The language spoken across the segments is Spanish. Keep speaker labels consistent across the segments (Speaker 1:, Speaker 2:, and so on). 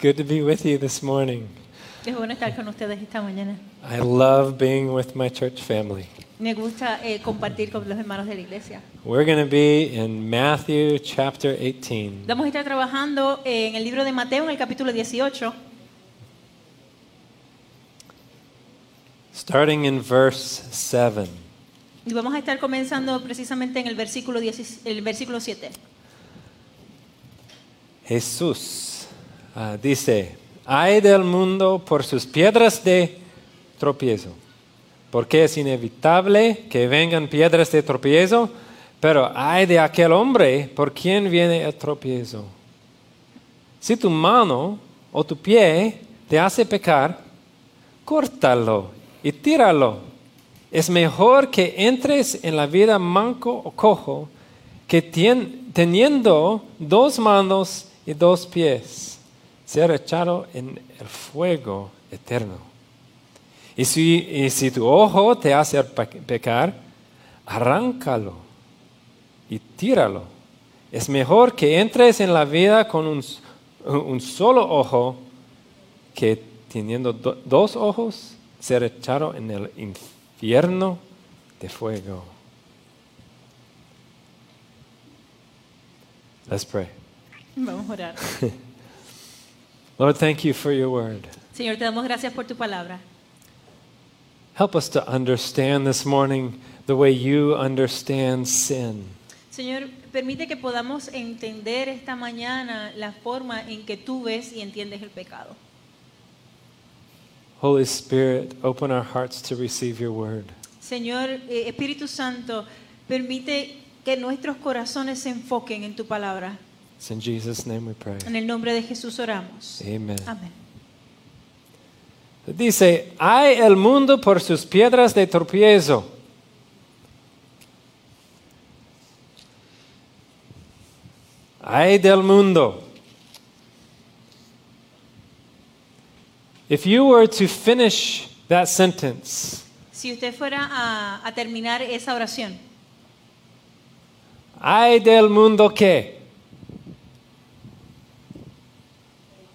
Speaker 1: good to be with you this morning.
Speaker 2: Es bueno estar con ustedes esta mañana.
Speaker 1: I love being with my church family.
Speaker 2: Me gusta eh, compartir con los hermanos de la iglesia.
Speaker 1: We're going to be in Matthew chapter 18.
Speaker 2: Vamos a estar trabajando eh, en el libro de Mateo, en el capítulo 18,
Speaker 1: Starting in verse 7,
Speaker 2: y vamos a estar comenzando precisamente en el versículo, 10 el versículo 7.
Speaker 1: Jesús ah, dice, ay del mundo por sus piedras de tropiezo, porque es inevitable que vengan piedras de tropiezo, pero ay de aquel hombre por quien viene el tropiezo. Si tu mano o tu pie te hace pecar, córtalo y tíralo. Es mejor que entres en la vida manco o cojo que tien- teniendo dos manos y dos pies ser echado en el fuego eterno. Y si, y si tu ojo te hace pe- pecar, arráncalo y tíralo. Es mejor que entres en la vida con un, s- un solo ojo que teniendo do- dos ojos ser echado en el infierno de fuego. Let's pray.
Speaker 2: Vamos a orar.
Speaker 1: Lord, thank you for your word.
Speaker 2: Señor, te damos gracias por tu palabra.
Speaker 1: Help us to understand this morning the way you understand sin.
Speaker 2: Señor, permite que podamos entender esta mañana la forma en que tú ves y entiendes el pecado.
Speaker 1: Holy Spirit, open our hearts to receive your word.
Speaker 2: Señor, eh, Espíritu Santo, permite que nuestros corazones se enfoquen en tu palabra.
Speaker 1: It's in Jesus' name we pray.
Speaker 2: En el nombre de Jesús oramos.
Speaker 1: Amen.
Speaker 2: Amén.
Speaker 1: Dice, hay el mundo por sus piedras de tropiezo. Ay del mundo. If you were to finish that sentence,
Speaker 2: Si usted fuera a, a terminar esa oración,
Speaker 1: ay del mundo que.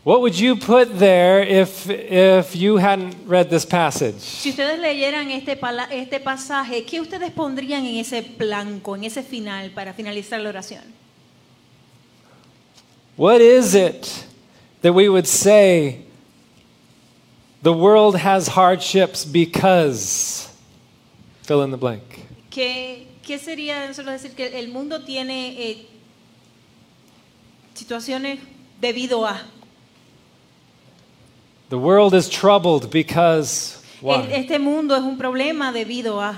Speaker 1: What would you put there if, if you hadn't read this passage?
Speaker 2: si ustedes leyeran este, pala- este pasaje, ¿qué ustedes pondrían en ese blanco, en ese final, para finalizar la oración?
Speaker 1: What is it that we would say the world has hardships because fill in the blank?
Speaker 2: ¿Qué, qué sería nosotros decir que el mundo tiene eh, situaciones debido a?
Speaker 1: The world is troubled because
Speaker 2: El-
Speaker 1: why?
Speaker 2: Este mundo es un problema debido a.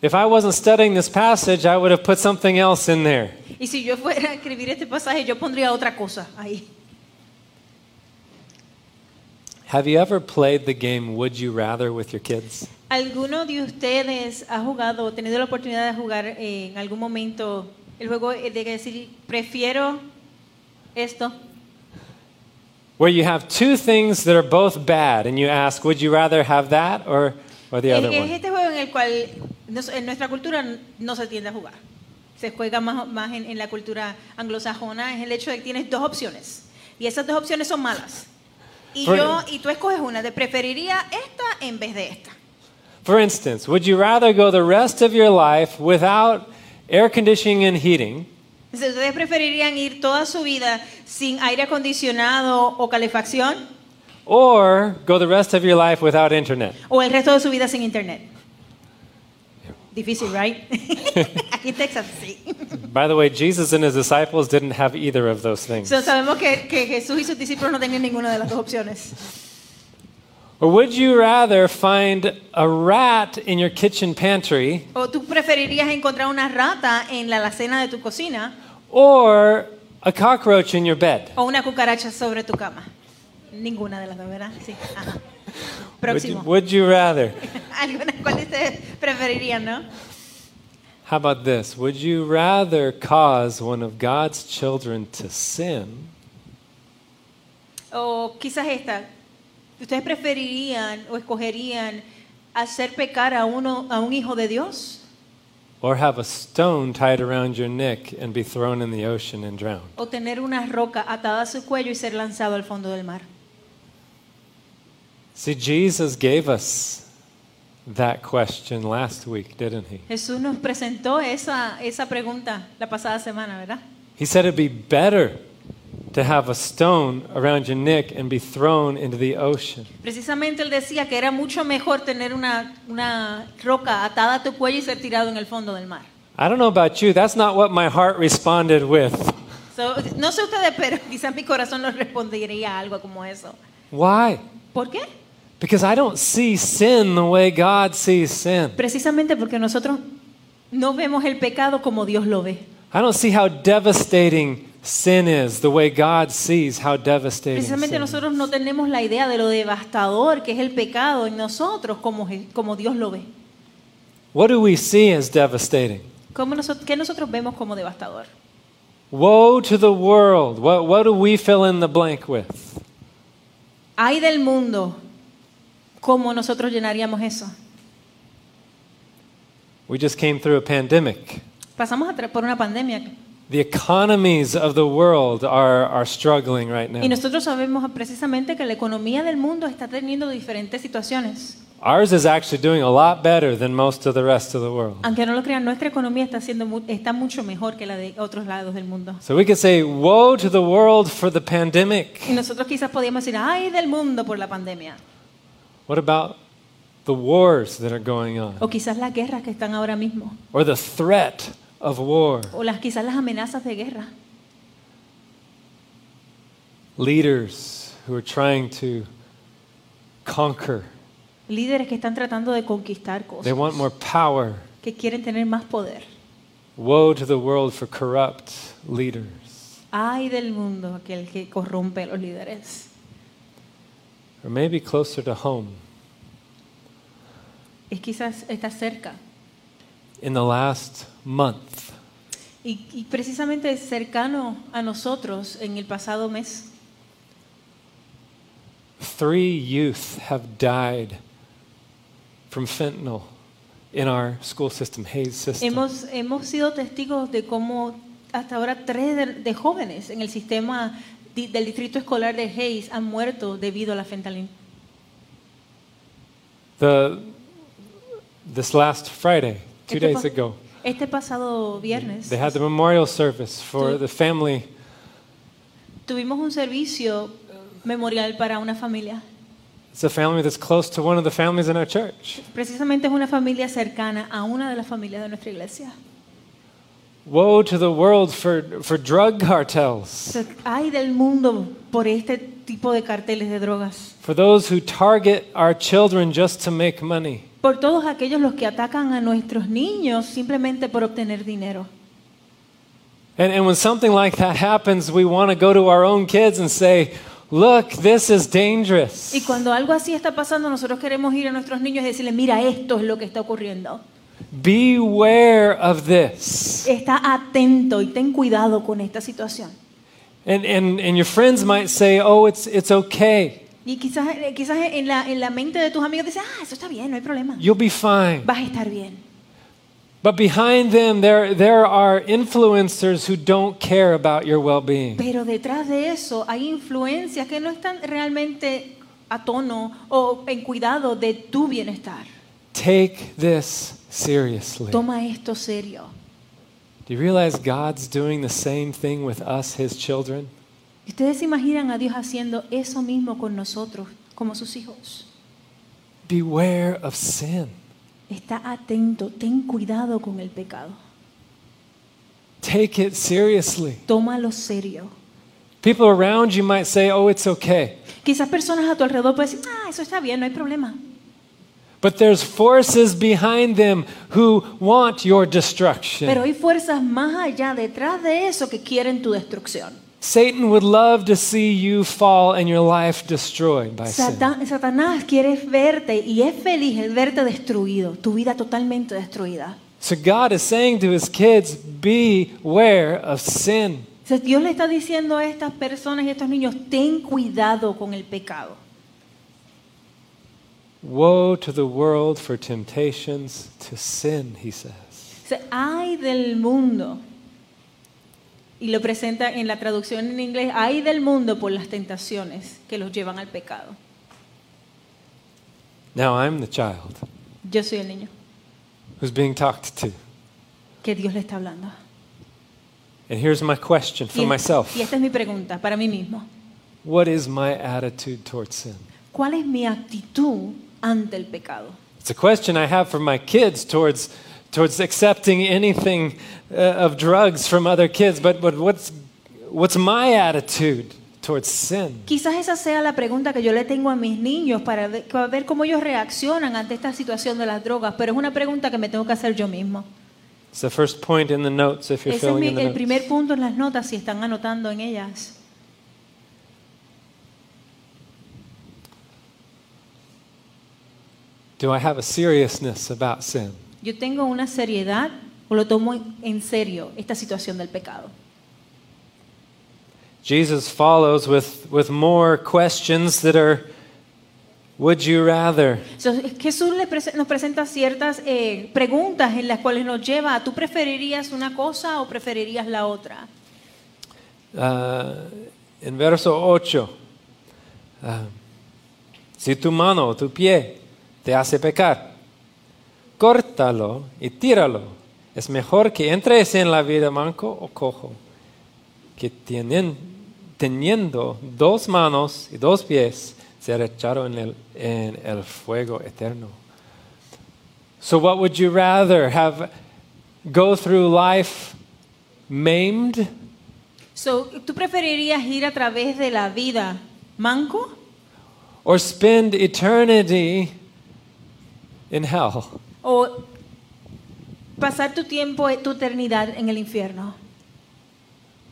Speaker 1: If I wasn't studying this passage, I would have put something else in there.
Speaker 2: Y si yo fuera a escribir este pasaje, yo pondría otra cosa ahí.
Speaker 1: Have you ever played the game Would You Rather with your kids?
Speaker 2: ¿Alguno de ustedes ha jugado, o tenido la oportunidad de jugar eh, en algún momento el juego eh, de decir, prefiero esto?
Speaker 1: Where you have two things that are both bad and you ask, Would you rather have that or, or the
Speaker 2: Es-
Speaker 1: other
Speaker 2: es
Speaker 1: one?
Speaker 2: este juego en el cual nos- en nuestra cultura no se tiende a jugar. Se juega más, más en, en la cultura anglosajona, es el hecho de que tienes dos opciones. Y esas dos opciones son malas. Y,
Speaker 1: Por-
Speaker 2: yo, y tú escoges una, te preferiría esta en vez de esta.
Speaker 1: For instance, would you rather go the rest of your life without air conditioning and heating
Speaker 2: Entonces, ¿Ustedes preferirían ir toda su vida sin aire acondicionado o calefacción
Speaker 1: or go the rest of your life without internet?
Speaker 2: o el resto de su vida sin internet? Difícil, right? Aquí en Texas, sí.
Speaker 1: By the way, Jesus and his disciples didn't have either of those things.
Speaker 2: So, sabemos que, que Jesús y sus discípulos no tenían ninguna de las dos opciones.
Speaker 1: Or would you rather find a rat in your kitchen pantry
Speaker 2: O tú preferirías encontrar una rata en la alacena de tu cocina
Speaker 1: or a cockroach in your bed?
Speaker 2: o una cucaracha sobre tu cama. Ninguna de las dos, ¿verdad? Sí. Ajá.
Speaker 1: Would you,
Speaker 2: Próximo.
Speaker 1: would you rather?
Speaker 2: Algunas cuales ustedes preferirían, ¿no?
Speaker 1: How about this? Would you rather cause one of God's children to sin
Speaker 2: O quizás esta. ¿Ustedes preferirían o escogerían hacer pecar a uno a un hijo de Dios
Speaker 1: or have a stone tied around your neck and be thrown in the ocean and drowned.
Speaker 2: o tener una roca atada a su cuello y ser lanzado al fondo del mar.
Speaker 1: See, Jesus gave us that question last week, didn't he?
Speaker 2: Jesús nos presentó esa, esa pregunta la pasada semana, ¿verdad?
Speaker 1: He said it'd be better to have a stone around your neck and be thrown into the ocean
Speaker 2: Precisamente él decía que era mucho mejor tener una, una roca atada a tu cuello y ser tirado en el fondo del mar.
Speaker 1: I don't know about you, that's not what my heart responded with.
Speaker 2: So, no sé ustedes, pero quizás mi corazón no respondería a algo como eso.
Speaker 1: Why?
Speaker 2: ¿Por qué?
Speaker 1: Because I don't see sin the way God sees sin.
Speaker 2: Precisamente porque nosotros no vemos el pecado como Dios lo ve.
Speaker 1: I don't see how devastating sin is the way God sees how devastating
Speaker 2: Precisamente
Speaker 1: sin is.
Speaker 2: nosotros no tenemos la idea de lo devastador que es el pecado en nosotros como, Je- como Dios lo ve.
Speaker 1: What do we see as devastating?
Speaker 2: ¿Cómo noso- ¿Qué nosotros vemos como devastador?
Speaker 1: Woe to the world. What, what do we fill in the blank with?
Speaker 2: Hay del mundo, ¿cómo nosotros llenaríamos eso?
Speaker 1: We just came through a pandemic.
Speaker 2: Pasamos atra- por una pandemia
Speaker 1: The economies of the world are, are struggling right
Speaker 2: y
Speaker 1: now.
Speaker 2: nosotros sabemos precisamente que la economía del mundo está teniendo diferentes situaciones.
Speaker 1: Ours is actually doing a lot better than most of the rest of the world.
Speaker 2: Aunque no lo crean, nuestra economía está, siendo mu- está mucho mejor que la de otros lados del mundo.
Speaker 1: So we could say, Woe to the world for the pandemic.
Speaker 2: Y nosotros quizás podíamos decir, ay del mundo por la pandemia.
Speaker 1: What about the wars that are going on?
Speaker 2: O quizás las guerras que están ahora mismo.
Speaker 1: Or the threat of war?
Speaker 2: O las, quizás las amenazas de guerra.
Speaker 1: Leaders who are trying to conquer,
Speaker 2: Líderes que están tratando de conquistar
Speaker 1: they
Speaker 2: cosas.
Speaker 1: want more power.
Speaker 2: Que quieren tener más poder.
Speaker 1: Woe to the world for corrupt leaders.
Speaker 2: Ay del mundo aquel que corrompe a los líderes.
Speaker 1: Or maybe closer to home.
Speaker 2: Es quizás está cerca.
Speaker 1: In the last month,
Speaker 2: Y, y precisamente cercano a nosotros en el pasado mes.
Speaker 1: three youth have died from fentanyl in our school system, Hayes system.
Speaker 2: Hemos, hemos sido testigos de cómo hasta ahora tres de, de jóvenes en el sistema di- del distrito escolar de Hayes han muerto debido a la fentanil.
Speaker 1: the, this last Friday, two
Speaker 2: Este
Speaker 1: days
Speaker 2: pa-
Speaker 1: ago,
Speaker 2: Este pasado viernes
Speaker 1: They had the memorial service for
Speaker 2: Tu-
Speaker 1: the family
Speaker 2: tuvimos un servicio memorial para una familia.
Speaker 1: It's a family that's close to one of the families in our church.
Speaker 2: Precisamente es una familia cercana a una de las familias de nuestra iglesia.
Speaker 1: Woe to the world for, for drug cartels,
Speaker 2: Se- Ay del mundo por este tipo de carteles de drogas.
Speaker 1: for those who target our children just to make money.
Speaker 2: Por todos aquellos los que atacan a nuestros niños simplemente por obtener dinero.
Speaker 1: And, and when something like that happens, we want to go to our own kids and say, Look, this is dangerous.
Speaker 2: Y cuando algo así está pasando, nosotros queremos ir a nuestros niños y decirles, mira, esto es lo que está ocurriendo.
Speaker 1: Beware of this.
Speaker 2: Está atento y ten cuidado con esta situación.
Speaker 1: And, and, and your friends might say, Oh, it's, it's okay.
Speaker 2: Y quizás, eh, quizás en, la, en la mente de tus amigos dices, ah, eso está bien, no hay problema.
Speaker 1: You'll be fine.
Speaker 2: Vas a estar bien.
Speaker 1: But behind them, there, there are influencers who don't care about your well being.
Speaker 2: Pero detrás de eso hay influencias que no están realmente a tono o en cuidado de tu bienestar.
Speaker 1: Take this seriously.
Speaker 2: Toma esto serio.
Speaker 1: Do you realize God's doing the same thing with us, His children?
Speaker 2: ¿Y Ustedes se imaginan a Dios haciendo eso mismo con nosotros, como sus hijos.
Speaker 1: Beware of sin.
Speaker 2: Está atento, ten cuidado con el pecado.
Speaker 1: Take it seriously.
Speaker 2: Tómalo serio.
Speaker 1: People around you might say, oh, it's okay.
Speaker 2: Quizás personas a tu alrededor pueden decir, ah, eso está bien, no hay problema.
Speaker 1: But there's forces behind them who want your
Speaker 2: Pero
Speaker 1: destruction.
Speaker 2: hay fuerzas más allá detrás de eso que quieren tu destrucción.
Speaker 1: Satan would love to see you fall and your life destroyed by sin.
Speaker 2: Satán- Satanás quiere verte y es feliz el verte destruido, tu vida totalmente destruida.
Speaker 1: So God is saying to His kids, beware of sin.
Speaker 2: O sea, Dios le está diciendo a estas personas y a estos niños, ten cuidado con el pecado.
Speaker 1: Woe to the world for temptations to sin, he says.
Speaker 2: Dice, ay del mundo. Y lo presenta en la traducción en inglés, ay del mundo por las tentaciones que los llevan al pecado.
Speaker 1: Now I'm the child
Speaker 2: Yo soy el niño
Speaker 1: who's being talked to.
Speaker 2: que Dios le está hablando.
Speaker 1: And here's my question
Speaker 2: Y,
Speaker 1: for
Speaker 2: es-
Speaker 1: myself
Speaker 2: y esta es mi pregunta para mí mismo.
Speaker 1: What is my attitude towards sin?
Speaker 2: ¿Cuál es mi actitud ante el pecado?
Speaker 1: It's a question I have for my kids towards, towards accepting anything uh, of drugs from other kids, but, but what's, what's my attitude towards sin?
Speaker 2: Quizás esa sea la pregunta que yo le tengo a mis niños para ver, para ver cómo ellos reaccionan ante esta situación de las drogas, pero es una pregunta que me tengo que hacer yo mismo.
Speaker 1: It's the first point in the notes if you're
Speaker 2: Ese es
Speaker 1: filling
Speaker 2: mi-
Speaker 1: in the
Speaker 2: el
Speaker 1: notes.
Speaker 2: primer punto en las notas si están anotando en ellas.
Speaker 1: Do I have a seriousness about sin?
Speaker 2: Yo tengo una seriedad o lo tomo en serio esta situación del pecado.
Speaker 1: Jesus follows with, with more questions that are Would you rather?
Speaker 2: Entonces, Jesús le prese- nos presenta ciertas eh, preguntas en las cuales nos lleva a tú preferirías una cosa o preferirías la otra.
Speaker 1: Uh, en verso 8, ah, si tu mano o tu pie te hace pecar, córtalo y tíralo. Es mejor que entres en la vida manco o cojo, que tienen- teniendo dos manos y dos pies, ser echado en el, en el fuego eterno. So what would you rather have go through life maimed
Speaker 2: So, ¿Tú preferirías ir a través de la vida manco
Speaker 1: or spend eternity in hell.
Speaker 2: o pasar tu tiempo, eh, tu eternidad en el infierno?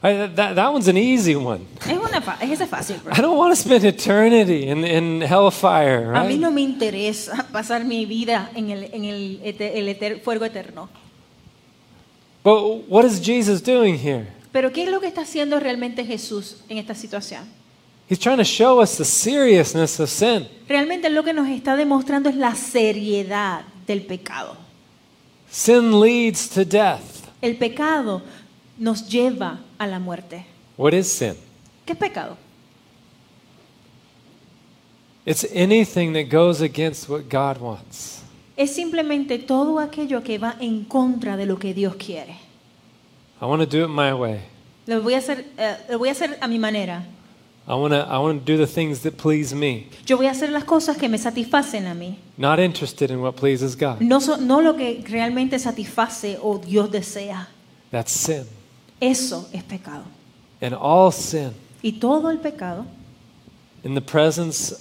Speaker 1: I, that, that one's an easy one.
Speaker 2: Es una fa- es esa fácil, bro.
Speaker 1: I don't want to spend eternity in, in hellfire,
Speaker 2: A mí
Speaker 1: right?
Speaker 2: no me interesa pasar mi vida en el, en el, ete- el eter- fuego eterno.
Speaker 1: But what is Jesus doing here?
Speaker 2: Pero ¿qué es lo que está haciendo realmente Jesús en esta situación?
Speaker 1: He's trying to show us the seriousness of sin.
Speaker 2: Realmente lo que nos está demostrando es la seriedad del pecado.
Speaker 1: Sin leads to death.
Speaker 2: El pecado nos lleva a la muerte.
Speaker 1: What is sin?
Speaker 2: ¿Qué es pecado?
Speaker 1: It's anything that goes against what God wants.
Speaker 2: Es simplemente todo aquello que va en contra de lo que Dios quiere.
Speaker 1: I want to do it my way.
Speaker 2: Lo voy a hacer, eh, lo voy a, hacer a mi manera.
Speaker 1: I want to, I want to do the things that please me,
Speaker 2: Yo voy a hacer las cosas que me satisfacen a mí.
Speaker 1: not interested in what pleases God.
Speaker 2: No, so- no lo que realmente satisface o Dios desea.
Speaker 1: That's sin.
Speaker 2: Eso es pecado.
Speaker 1: And all sin
Speaker 2: Y todo el pecado
Speaker 1: in the presence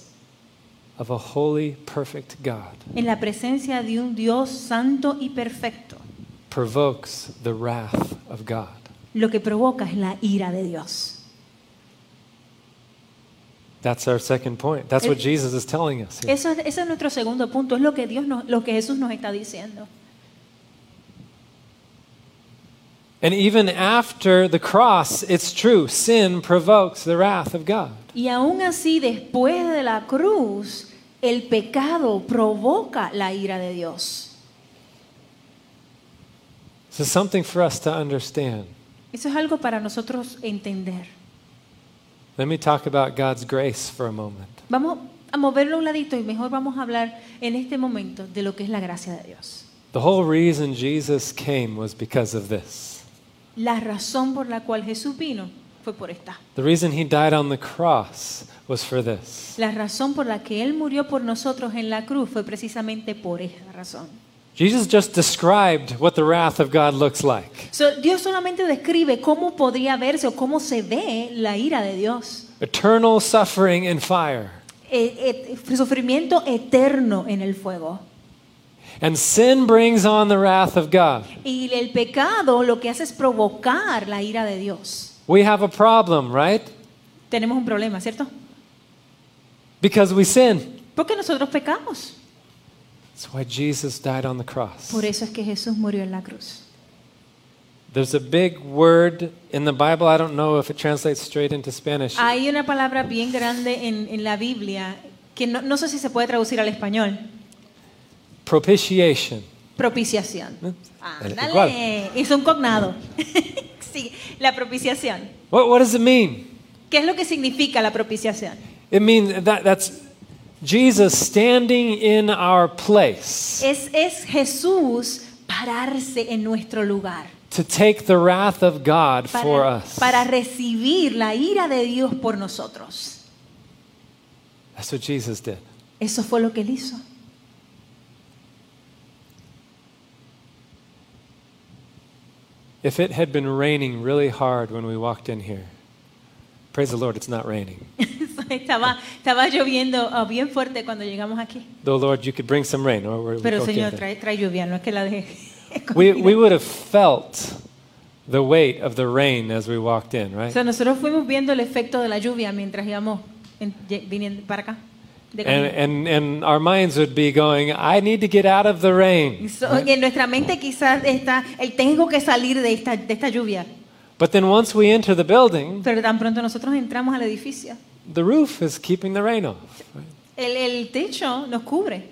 Speaker 1: of a holy, perfect God
Speaker 2: en la presencia de un Dios santo y perfecto,
Speaker 1: provokes the wrath of God.
Speaker 2: lo que provoca es la ira de Dios.
Speaker 1: That's our second point. That's what
Speaker 2: It-
Speaker 1: Jesus is telling us here.
Speaker 2: Eso es, ese es nuestro segundo punto, es lo que, Dios nos- lo que Jesús nos está diciendo.
Speaker 1: And even after the cross, it's true, sin provokes the wrath of God.
Speaker 2: Y aún así, después de la cruz, el pecado provoca la ira de Dios.
Speaker 1: So, something for us to understand.
Speaker 2: Eso es algo para nosotros entender.
Speaker 1: Let me talk about God's grace for a moment.
Speaker 2: Vamos a moverlo a un ladito y mejor vamos a hablar en este momento de lo que es la gracia de Dios.
Speaker 1: The whole reason Jesus came was because of this.
Speaker 2: La razón por la cual Jesús vino fue por esta.
Speaker 1: The reason he died on the cross was for this.
Speaker 2: La razón por la que Él murió por nosotros en la cruz fue precisamente por esa razón.
Speaker 1: Jesus just described what the wrath of God looks like.
Speaker 2: So, Dios solamente describe cómo podría verse o cómo se ve la ira de Dios.
Speaker 1: Eternal suffering and fire.
Speaker 2: Eh, eh, sufrimiento eterno en el fuego.
Speaker 1: And sin brings on the wrath of God.
Speaker 2: Y el pecado lo que hace es provocar la ira de Dios.
Speaker 1: We have a problem, right?
Speaker 2: Tenemos un problema, ¿cierto?
Speaker 1: Because we sin.
Speaker 2: Porque nosotros pecamos.
Speaker 1: That's why Jesus died on the cross.
Speaker 2: Por eso es que Jesús murió en la cruz.
Speaker 1: There's a big word in the Bible. I don't know if it translates straight into Spanish.
Speaker 2: Hay una palabra bien grande en, en la Biblia que no, no sé si se puede traducir al español.
Speaker 1: Propitiation.
Speaker 2: Propiciación.
Speaker 1: ¿Eh?
Speaker 2: Ándale. Hizo un cognado. sí, la propiciación.
Speaker 1: What, what does it mean?
Speaker 2: ¿Qué es lo que significa la propiciación?
Speaker 1: It means that, that's Jesus standing in our place
Speaker 2: Es, es Jesús pararse en nuestro lugar.
Speaker 1: to take the wrath of God for
Speaker 2: Para,
Speaker 1: us.
Speaker 2: para recibir la ira de Dios por nosotros.
Speaker 1: That's what Jesus did.
Speaker 2: Eso fue lo que él hizo.
Speaker 1: If it had been raining really hard when we walked in here, praise the Lord, it's not raining.
Speaker 2: estaba, estaba lloviendo ah, bien fuerte cuando llegamos aquí.
Speaker 1: Though, Lord, you could bring some rain. Or we're
Speaker 2: Pero
Speaker 1: okay
Speaker 2: Señor,
Speaker 1: then.
Speaker 2: trae, trae lluvia, no es que la deje.
Speaker 1: we,
Speaker 2: escondida.
Speaker 1: we would have felt the weight of the rain as we walked in,
Speaker 2: O
Speaker 1: right?
Speaker 2: sea, nosotros fuimos viendo el efecto de la lluvia mientras íbamos en- ye- viniendo para acá. de
Speaker 1: And,
Speaker 2: camino.
Speaker 1: and, and our minds would be going, I need to get out of the
Speaker 2: Y
Speaker 1: rain.
Speaker 2: so- y en nuestra mente quizás está el tengo que salir de esta, de esta lluvia.
Speaker 1: But then once we enter the building,
Speaker 2: Pero tan pronto nosotros entramos al edificio,
Speaker 1: the roof is keeping the rain off. right?
Speaker 2: el, el techo nos cubre.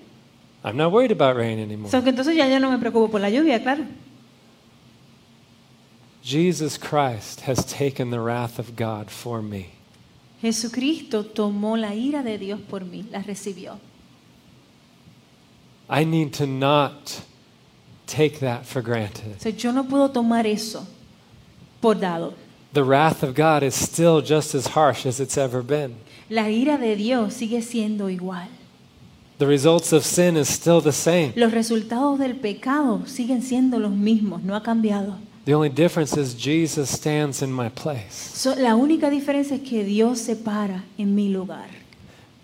Speaker 1: I'm not worried about rain anymore.
Speaker 2: So que entonces ya yo no me preocupo por la lluvia, claro.
Speaker 1: Jesus Christ has taken the wrath of God for me.
Speaker 2: Jesucristo tomó la ira de Dios por mí, la recibió.
Speaker 1: I need to not take that for granted.
Speaker 2: So, yo no puedo tomar eso por dado.
Speaker 1: The wrath of God is still just as harsh as it's ever been.
Speaker 2: La ira de Dios sigue siendo igual.
Speaker 1: The results of sin is still the same.
Speaker 2: Los resultados del pecado siguen siendo los mismos, no ha cambiado.
Speaker 1: The only difference is Jesus stands in my place.
Speaker 2: So, la única diferencia es que Dios se para en mi lugar.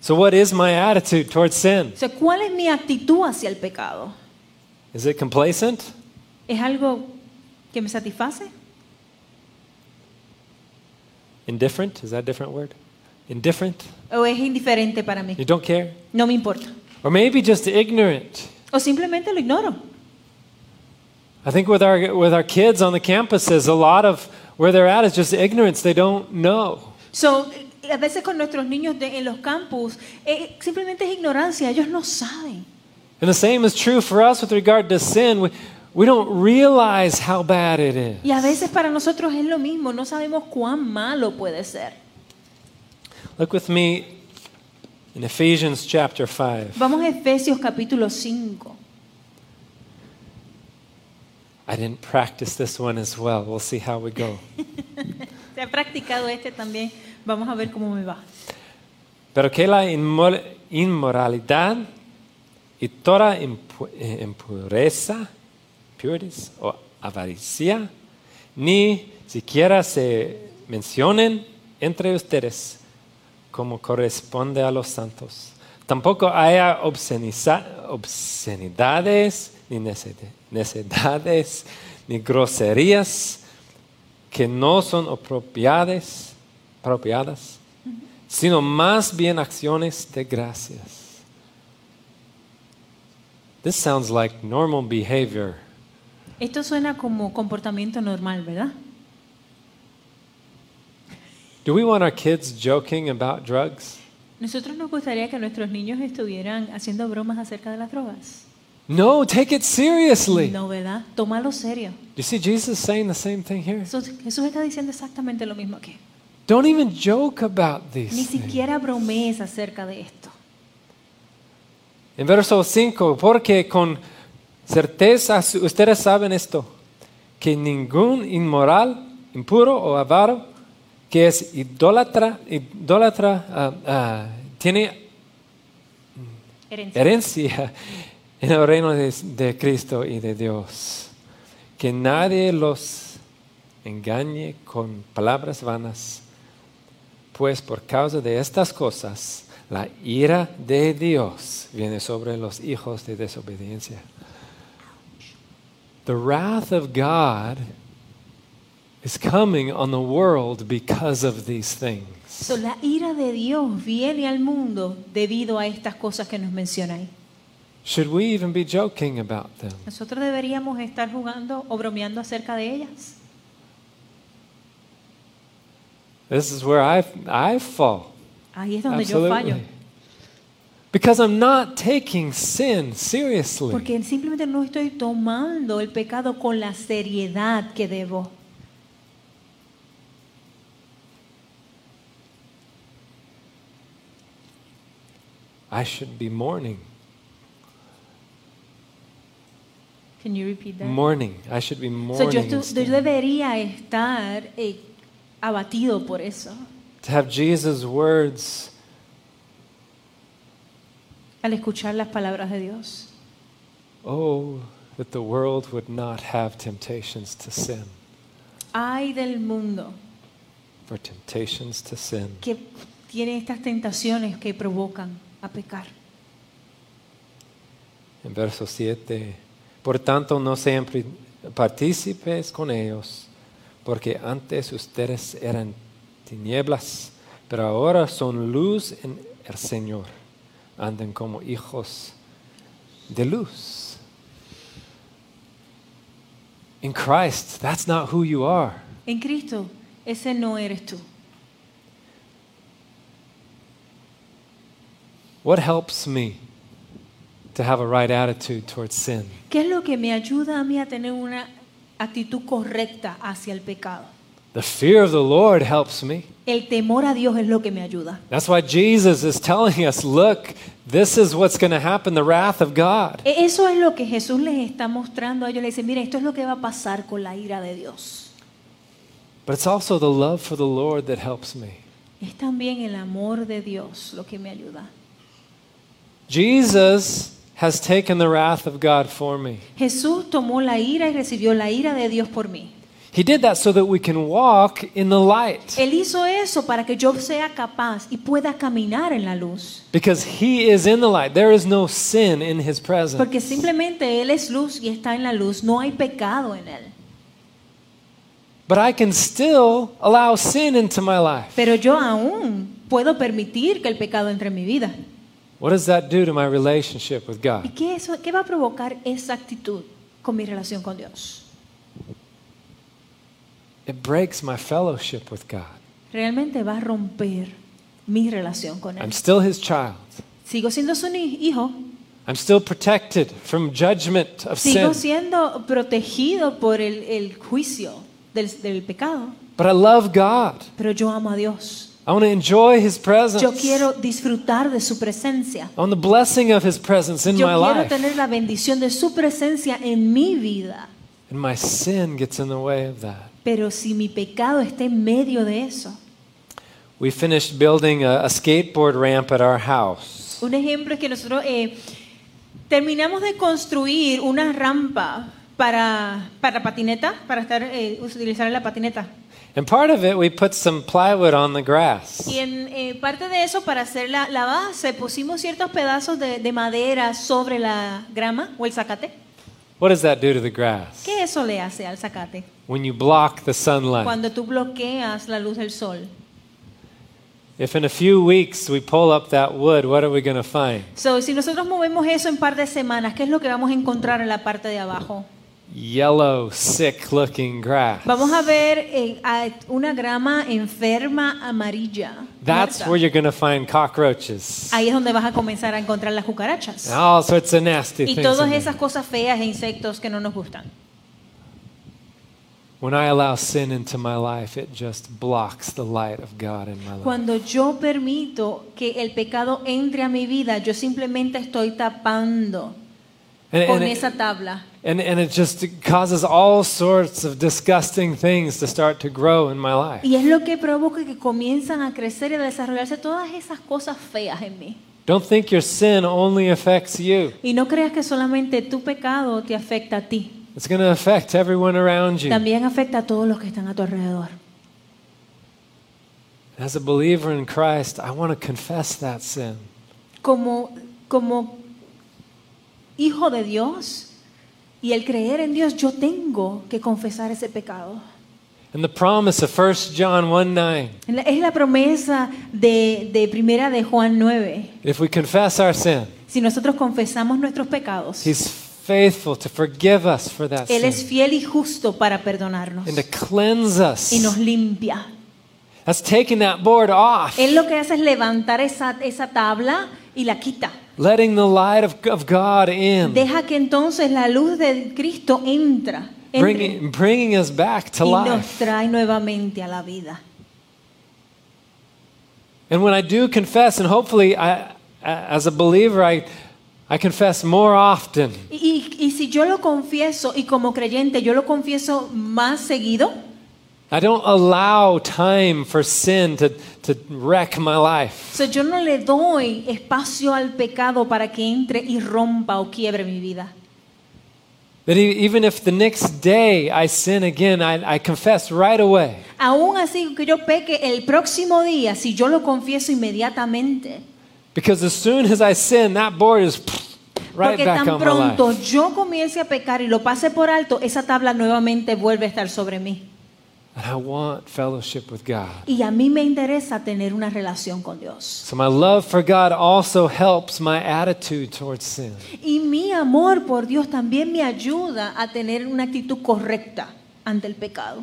Speaker 1: So, what is my attitude towards sin?
Speaker 2: So, ¿Cuál es mi actitud hacia el pecado?
Speaker 1: Is it complacent?
Speaker 2: ¿Es algo que me satisface?
Speaker 1: Indifferent? Is that a different word? Indifferent?
Speaker 2: ¿O es indiferente para mí?
Speaker 1: You don't care?
Speaker 2: No me importa.
Speaker 1: Or maybe just ignorant?
Speaker 2: ¿O simplemente lo ignoro?
Speaker 1: I think with our, with our kids on the campuses, a lot of where they're at is just ignorance. They don't know.
Speaker 2: So, eh, a veces con nuestros niños de- en los campus, eh, simplemente es ignorancia, ellos no saben.
Speaker 1: And the same is true for us with regard to sin. We, we don't realize how bad it is.
Speaker 2: Y a veces para nosotros es lo mismo, no sabemos cuán malo puede ser.
Speaker 1: Look with me in Ephesians chapter 5.
Speaker 2: Vamos a Efesios capítulo 5.
Speaker 1: I didn't practice this one as well. We'll see how we go.
Speaker 2: Se ha practicado este también, vamos a ver cómo me va.
Speaker 1: Pero que la inmo- inmoralidad y toda impu- eh, impureza, purities, o avaricia, ni siquiera se mencionen entre ustedes como corresponde a los santos. Tampoco haya obsceniza- obscenidades, ni neced- necedades, ni groserías que no son apropiadas, apropiadas sino más bien acciones de gracias. This sounds like normal behavior.
Speaker 2: Esto suena como comportamiento normal, ¿verdad?
Speaker 1: Do we want our kids joking about drugs?
Speaker 2: Nosotros nos gustaría que nuestros niños estuvieran haciendo bromas acerca de las drogas.
Speaker 1: No, take it seriously.
Speaker 2: No, ¿verdad? Tómalo serio.
Speaker 1: You see Jesus saying the same thing here?
Speaker 2: Jesús Jesús está diciendo exactamente lo mismo aquí.
Speaker 1: Don't even joke about
Speaker 2: Ni
Speaker 1: these things.
Speaker 2: siquiera bromees acerca de esto.
Speaker 1: En verso 5, porque con certeza su- ustedes saben esto, que ningún inmoral, impuro o avaro que es idólatra, idólatra ah, ah, tiene
Speaker 2: Herencia.
Speaker 1: herencia en el reino de, de Cristo y de Dios. Que nadie los engañe con palabras vanas, pues por causa de estas cosas la ira de Dios viene sobre los hijos de desobediencia. The wrath of God is coming on the world because of these things.
Speaker 2: So, la ira de Dios viene al mundo debido a estas cosas que nos menciona ahí.
Speaker 1: Should we even be joking about them?
Speaker 2: Nosotros deberíamos estar jugando o bromeando acerca de ellas.
Speaker 1: This is where I, I fall.
Speaker 2: Ahí es donde yo fallo.
Speaker 1: Absolutely. Because I'm not taking sin seriously.
Speaker 2: Porque simplemente no estoy tomando el pecado con la seriedad que debo.
Speaker 1: I should be mourning.
Speaker 2: Can you repeat that?
Speaker 1: Mourning. I should be
Speaker 2: So, yo,
Speaker 1: mourning.
Speaker 2: estu- yo
Speaker 1: instead.
Speaker 2: debería estar eh, abatido por eso.
Speaker 1: To have Jesus' words
Speaker 2: Al escuchar las palabras de Dios.
Speaker 1: Oh, that the world would not have temptations to sin,
Speaker 2: Ay del mundo
Speaker 1: for temptations to sin
Speaker 2: que tiene estas tentaciones que provocan a pecar.
Speaker 1: En verso 7, por tanto no sean pri- partícipes con ellos, porque antes ustedes eran tinieblas, pero ahora son luz en el Señor. Anden como hijos de luz. In Christ, that's not who you are.
Speaker 2: En Cristo, ese no eres tú.
Speaker 1: What helps me to have a right attitude towards sin?
Speaker 2: ¿Qué es lo que me ayuda a mí a tener una actitud correcta hacia el pecado?
Speaker 1: The fear of the Lord helps me.
Speaker 2: El temor a Dios es lo que me ayuda.
Speaker 1: That's why Jesus is telling us, look, this is what's going to happen, the wrath of God.
Speaker 2: E- Eso es lo que Jesús les está mostrando a ellos. Le dice, mira, esto es lo que va a pasar con la ira de Dios.
Speaker 1: But it's also the love for the Lord that helps me.
Speaker 2: Es también el amor de Dios lo que me ayuda.
Speaker 1: Jesus has taken the wrath of God for me.
Speaker 2: Jesús tomó la ira y recibió la ira de Dios por mí.
Speaker 1: He did that so that we can walk in the light
Speaker 2: Él hizo eso para que yo sea capaz y pueda caminar en la luz.
Speaker 1: because he is in the light. There is no sin in his presence.
Speaker 2: Porque simplemente Él es luz y está en la luz. No hay pecado en Él.
Speaker 1: But I can still allow sin into my life.
Speaker 2: Pero yo aún puedo permitir que el pecado entre en mi vida.
Speaker 1: What does that do to my relationship with
Speaker 2: ¿Y
Speaker 1: God?
Speaker 2: qué, eso, qué va a provocar esa actitud con mi relación con Dios?
Speaker 1: It breaks my fellowship with God.
Speaker 2: Realmente va a romper mi relación con
Speaker 1: I'm
Speaker 2: Él.
Speaker 1: still his child.
Speaker 2: Sigo siendo su ni- hijo,
Speaker 1: I'm still protected from judgment of
Speaker 2: sigo
Speaker 1: sin.
Speaker 2: siendo protegido por el, el juicio del, del pecado,
Speaker 1: But I love God.
Speaker 2: pero yo amo a Dios.
Speaker 1: I want to enjoy his presence.
Speaker 2: Yo quiero disfrutar de su presencia.
Speaker 1: I want the blessing of his presence in
Speaker 2: Yo
Speaker 1: my
Speaker 2: quiero
Speaker 1: life.
Speaker 2: tener la bendición de su presencia en mi vida.
Speaker 1: And my sin gets in the way of that.
Speaker 2: Pero si mi pecado está en medio de eso,
Speaker 1: We finished building a, a skateboard ramp at our house.
Speaker 2: Un ejemplo es que nosotros eh, terminamos de construir una rampa para, para patineta, para estar eh, utilizar la patineta.
Speaker 1: And part of it, we put some plywood on the grass.
Speaker 2: Y en eh, parte de eso, para hacer la, la base, pusimos ciertos pedazos de, de madera sobre la grama o el zacate.
Speaker 1: What does that do to the grass?
Speaker 2: ¿Qué eso le hace al zacate?
Speaker 1: When you block the sunlight.
Speaker 2: Cuando tú bloqueas la luz del sol.
Speaker 1: If in a few weeks we pull up that wood, what are we going to find?
Speaker 2: So, si nosotros movemos eso en par de semanas, ¿qué es lo que vamos a encontrar en la parte de abajo?
Speaker 1: Yellow, sick looking grass.
Speaker 2: Vamos a ver eh, a- una grama enferma amarilla.
Speaker 1: That's
Speaker 2: muerta.
Speaker 1: where you're going to find cockroaches.
Speaker 2: Ahí es donde vas a comenzar a encontrar las cucarachas
Speaker 1: And all sorts of nasty
Speaker 2: y
Speaker 1: things.
Speaker 2: todas
Speaker 1: in there.
Speaker 2: esas cosas feas e insectos que no nos gustan.
Speaker 1: When I allow sin into my life, it just blocks the light of God in my life.
Speaker 2: Cuando yo permito que el pecado entre a mi vida, yo simplemente estoy tapando
Speaker 1: and,
Speaker 2: con
Speaker 1: and,
Speaker 2: esa
Speaker 1: it,
Speaker 2: tabla.
Speaker 1: and, and it just causes all sorts of disgusting things to start to grow in my life.
Speaker 2: Y es lo que provoca que comienzan a crecer y a desarrollarse todas esas cosas feas en mí.
Speaker 1: Don't think your sin only affects you.
Speaker 2: Y no creas que solamente tu pecado te afecta a ti,
Speaker 1: It's going to affect everyone around you.
Speaker 2: también afecta a todos los que están a tu alrededor.
Speaker 1: As a believer in Christ, I want to confess that sin.
Speaker 2: como, como hijo de Dios y el creer en Dios, yo tengo que confesar ese pecado.
Speaker 1: And the promise of 1 John 1 9.
Speaker 2: En la- Es la promesa de, de primera de Juan 9.
Speaker 1: If we confess our sin,
Speaker 2: Si nosotros confesamos nuestros pecados,
Speaker 1: He's faithful to forgive us for that
Speaker 2: Él
Speaker 1: sin
Speaker 2: es fiel y justo para perdonarnos
Speaker 1: and to cleanse us.
Speaker 2: y nos limpia.
Speaker 1: That's taking that board off.
Speaker 2: Él lo que hace es levantar esa, esa tabla y la quita.
Speaker 1: letting the light of, of God in,
Speaker 2: Deja que entonces la luz de Cristo entra, entre,
Speaker 1: bringing, bringing us back to
Speaker 2: y nos
Speaker 1: life.
Speaker 2: trae nuevamente a la vida.
Speaker 1: And when I do confess, and hopefully, I, a- as a believer, I, I confess more often.
Speaker 2: Y, y- y si yo lo confieso y como creyente yo lo confieso más seguido,
Speaker 1: I don't allow time for sin to, to wreck my life.
Speaker 2: so yo no le doy espacio al pecado para que entre y rompa o quiebre mi vida.
Speaker 1: That e- even if the next day I sin again, I, I confess right away.
Speaker 2: Aún así que yo peque el próximo día, si yo lo confieso inmediatamente,
Speaker 1: Because as soon as I sin, that board is right
Speaker 2: porque
Speaker 1: back
Speaker 2: tan
Speaker 1: on my life.
Speaker 2: pronto yo comience a pecar y lo pase por alto, esa tabla nuevamente vuelve a estar sobre mí.
Speaker 1: And I want fellowship with God.
Speaker 2: Y a mí me interesa tener una relación con Dios.
Speaker 1: So my love for God also helps my attitude towards sin.
Speaker 2: Y mi amor por Dios también me ayuda a tener una actitud correcta ante el pecado.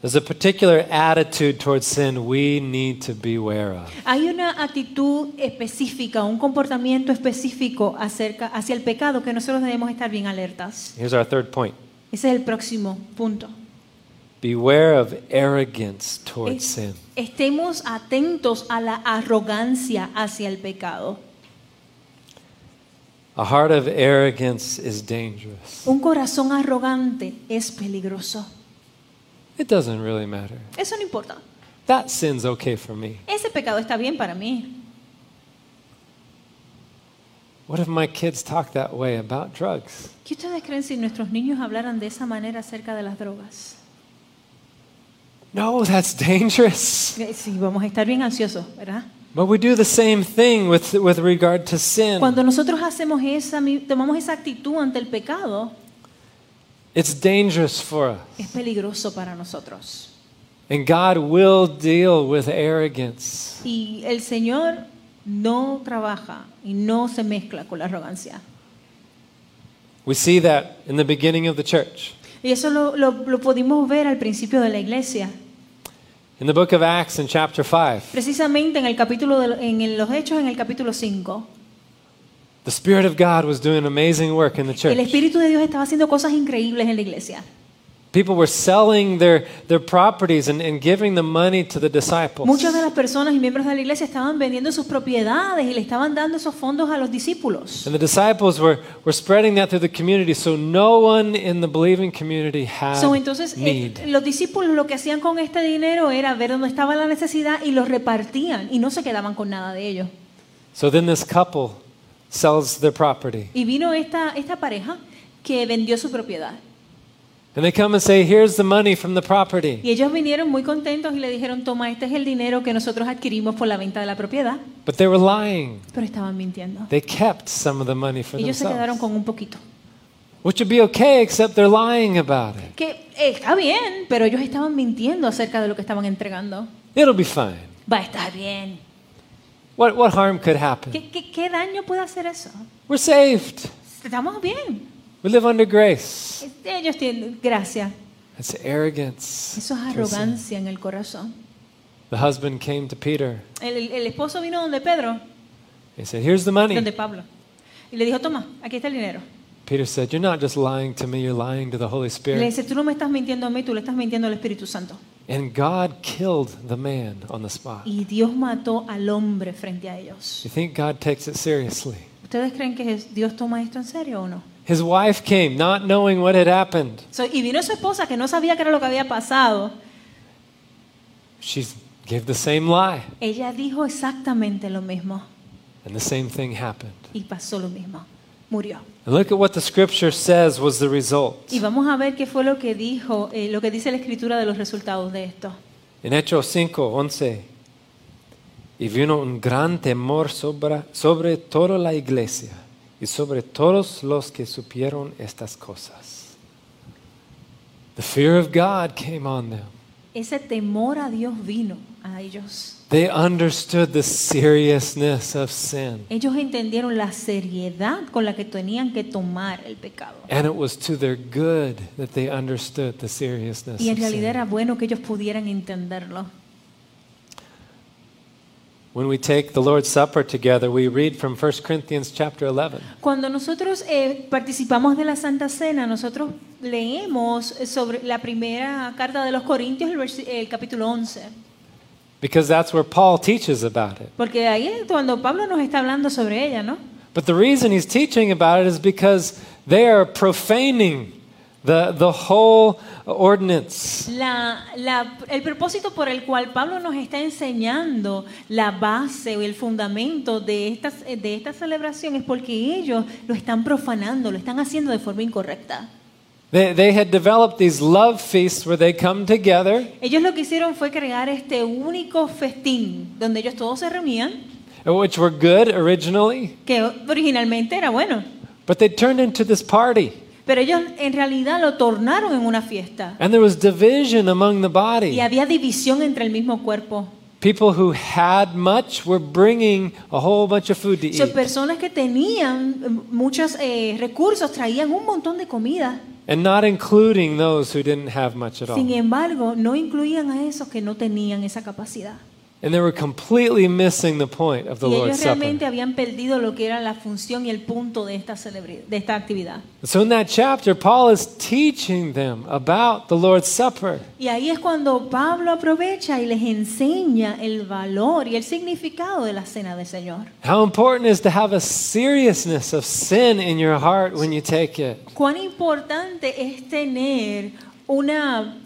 Speaker 1: There's a particular attitude towards sin we need to beware of.
Speaker 2: Hay una actitud específica, un comportamiento específico acerca, hacia el pecado que nosotros debemos estar bien alertas.
Speaker 1: Here's our third point.
Speaker 2: Ese es el próximo punto.
Speaker 1: Beware of arrogance towards
Speaker 2: Es-
Speaker 1: sin.
Speaker 2: Estemos atentos a la arrogancia hacia el pecado.
Speaker 1: A heart of arrogance is dangerous.
Speaker 2: Un corazón arrogante es peligroso.
Speaker 1: It doesn't really matter.
Speaker 2: Eso no importa.
Speaker 1: That sin's okay for me.
Speaker 2: Ese pecado está bien para mí.
Speaker 1: What if my kids talk that way about drugs?
Speaker 2: ¿Qué ustedes creen si nuestros niños hablaran de esa manera acerca de las drogas?
Speaker 1: No, that's dangerous.
Speaker 2: Eh, Sí, vamos a estar bien ansiosos, ¿verdad?
Speaker 1: But we do the same thing with, with regard to
Speaker 2: Cuando
Speaker 1: sin.
Speaker 2: nosotros hacemos esa, mi- tomamos esa actitud ante el pecado,
Speaker 1: It's dangerous for us.
Speaker 2: es peligroso para nosotros.
Speaker 1: And God will deal with arrogance.
Speaker 2: Y el Señor no trabaja y no se mezcla con la arrogancia.
Speaker 1: We see that in the beginning of the church.
Speaker 2: Y eso lo, lo, lo pudimos ver al principio de la iglesia.
Speaker 1: In the book of Acts, in chapter 5,
Speaker 2: Precisamente en el capítulo de- en el- los Hechos, en el capítulo 5,
Speaker 1: the Spirit of God was doing amazing work in the
Speaker 2: el
Speaker 1: church.
Speaker 2: Espíritu de Dios estaba haciendo cosas increíbles en la iglesia.
Speaker 1: People were selling their, their properties and, and giving the money to the disciples.
Speaker 2: Muchas de las personas y miembros de la iglesia estaban vendiendo sus propiedades y le estaban dando esos fondos a los discípulos.
Speaker 1: And the disciples were, were spreading that through the community, so no one in the believing community had
Speaker 2: So, entonces, eh,
Speaker 1: need.
Speaker 2: los discípulos lo que hacían con este dinero era ver dónde estaba la necesidad y lo repartían y no se quedaban con nada de ellos.
Speaker 1: So then this couple sells their property.
Speaker 2: Y vino esta, esta pareja que vendió su propiedad.
Speaker 1: And they come and say, Here's the money from the property.
Speaker 2: Y ellos vinieron muy contentos y le dijeron, toma, este es el dinero que nosotros adquirimos por la venta de la propiedad.
Speaker 1: But they were lying.
Speaker 2: Pero estaban mintiendo.
Speaker 1: They kept some of the money for
Speaker 2: Ellos se quedaron
Speaker 1: themselves.
Speaker 2: con un poquito.
Speaker 1: Which would be okay, except they're lying about it.
Speaker 2: Que eh, está bien, pero ellos estaban mintiendo acerca de lo que estaban entregando.
Speaker 1: It'll be fine.
Speaker 2: Va a estar bien.
Speaker 1: What, what harm could happen?
Speaker 2: ¿Qué, qué, qué daño puede hacer eso?
Speaker 1: We're saved.
Speaker 2: Estamos bien.
Speaker 1: We live under grace.
Speaker 2: Este, Ellos tienen gracia.
Speaker 1: That's arrogance.
Speaker 2: Eso es
Speaker 1: towards sin.
Speaker 2: arrogancia en el corazón.
Speaker 1: The husband came to Peter.
Speaker 2: El, el- el esposo vino donde Pedro,
Speaker 1: He said, Here's the money.
Speaker 2: donde Pablo. Y le dijo, toma, aquí está el dinero.
Speaker 1: Peter said, You're not just lying to me, you're lying to the Holy
Speaker 2: Y le
Speaker 1: Spirit.
Speaker 2: dice, tú no me estás mintiendo a mí, tú le estás mintiendo al Espíritu Santo.
Speaker 1: And God killed the man on the spot.
Speaker 2: Y Dios mató al hombre frente a ellos.
Speaker 1: You think God takes it seriously?
Speaker 2: ¿Ustedes creen que es- Dios toma esto en serio o no?
Speaker 1: His wife came, not knowing what had happened.
Speaker 2: So, y vino su esposa que no sabía qué era lo que había pasado.
Speaker 1: She gave the same lie,
Speaker 2: Ella dijo exactamente lo mismo
Speaker 1: and the same thing happened.
Speaker 2: y pasó lo mismo. Murió.
Speaker 1: And look at what the scripture says was the result.
Speaker 2: Y vamos a ver qué fue lo que dijo, eh, lo que dice la escritura de los resultados de esto.
Speaker 1: En Hechos 5, 11. Y vino un gran temor sobre, sobre toda la iglesia y sobre todos los que supieron estas cosas. The fear of God came on them.
Speaker 2: Ese temor a Dios vino a ellos.
Speaker 1: They understood the seriousness of sin,
Speaker 2: Ellos entendieron la seriedad con la que tenían que tomar el pecado.
Speaker 1: and it was to their good that they understood the seriousness
Speaker 2: Y en
Speaker 1: of
Speaker 2: realidad
Speaker 1: sin.
Speaker 2: era bueno que ellos pudieran entenderlo.
Speaker 1: When we take the Lord's Supper together, we read from 1 Corinthians chapter 11.
Speaker 2: Cuando nosotros eh, participamos de la Santa Cena, nosotros leemos sobre la primera carta de los Corintios, el, versi- el capítulo 11,
Speaker 1: Because that's where Paul teaches about it.
Speaker 2: porque ahí es cuando Pablo nos está hablando sobre ella, ¿no?
Speaker 1: But the reason he's teaching about it is because they are profaning the, the whole ordinance.
Speaker 2: La- la- el propósito por el cual Pablo nos está enseñando la base o el fundamento de, estas, de esta celebración es porque ellos lo están profanando, lo están haciendo de forma incorrecta.
Speaker 1: They, they had developed these love feasts where they come together
Speaker 2: Ellos lo que hicieron fue crear este único festín donde ellos todos se reunían,
Speaker 1: which were good originally,
Speaker 2: que originalmente era bueno,
Speaker 1: but they turned into this party.
Speaker 2: pero ellos en realidad lo tornaron en una fiesta
Speaker 1: And there was division among the
Speaker 2: y
Speaker 1: body.
Speaker 2: había división entre el mismo cuerpo.
Speaker 1: People who had much were bringing a whole bunch of food to
Speaker 2: Son
Speaker 1: eat,
Speaker 2: personas que tenían eh, muchos eh, recursos, traían un montón de comida.
Speaker 1: and not including those who didn't have much at
Speaker 2: Sin
Speaker 1: all.
Speaker 2: embargo, no incluían a esos que no tenían esa capacidad.
Speaker 1: And they were completely missing the point of the
Speaker 2: y
Speaker 1: Lord's
Speaker 2: ellos
Speaker 1: Supper.
Speaker 2: realmente habían perdido lo que era la función y el punto de esta, celebri- de esta actividad.
Speaker 1: So in that chapter, Paul is teaching them about the Lord's Supper.
Speaker 2: Y ahí es cuando Pablo aprovecha y les enseña el valor y el significado de la cena del Señor.
Speaker 1: How important it is to have a seriousness of sin in your heart when you take it.
Speaker 2: Cuán importante es tener una,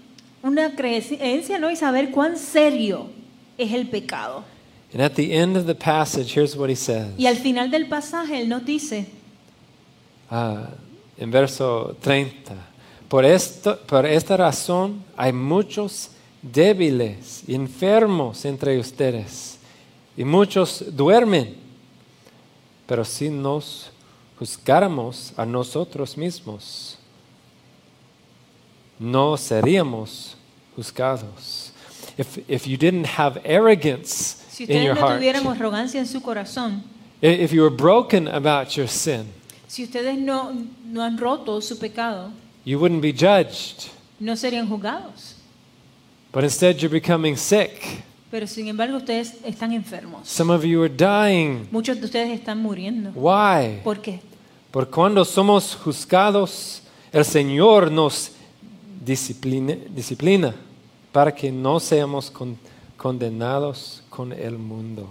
Speaker 2: una creencia ¿no? y saber cuán serio es el pecado.
Speaker 1: And at the end of the passage, here's what he says.
Speaker 2: Y al final del pasaje él nos dice,
Speaker 1: Ah, en verso 30. Por, esto, por esta razón hay muchos débiles y enfermos entre ustedes, y muchos duermen. Pero si nos juzgáramos a nosotros mismos, no seríamos juzgados. If, if you didn't have arrogance
Speaker 2: si
Speaker 1: in your
Speaker 2: ustedes no
Speaker 1: heart,
Speaker 2: tuvieran arrogancia en su corazón,
Speaker 1: i- if you were broken about your sin,
Speaker 2: si ustedes no, no han roto su pecado,
Speaker 1: you wouldn't be judged.
Speaker 2: no serían juzgados.
Speaker 1: But instead, you're becoming sick.
Speaker 2: Pero sin embargo ustedes están enfermos.
Speaker 1: Some of you are dying.
Speaker 2: Muchos de ustedes están muriendo.
Speaker 1: Why?
Speaker 2: ¿Por qué?
Speaker 1: Por cuando somos juzgados, el Señor nos disciplina, disciplina para que no seamos con- condenados con el mundo.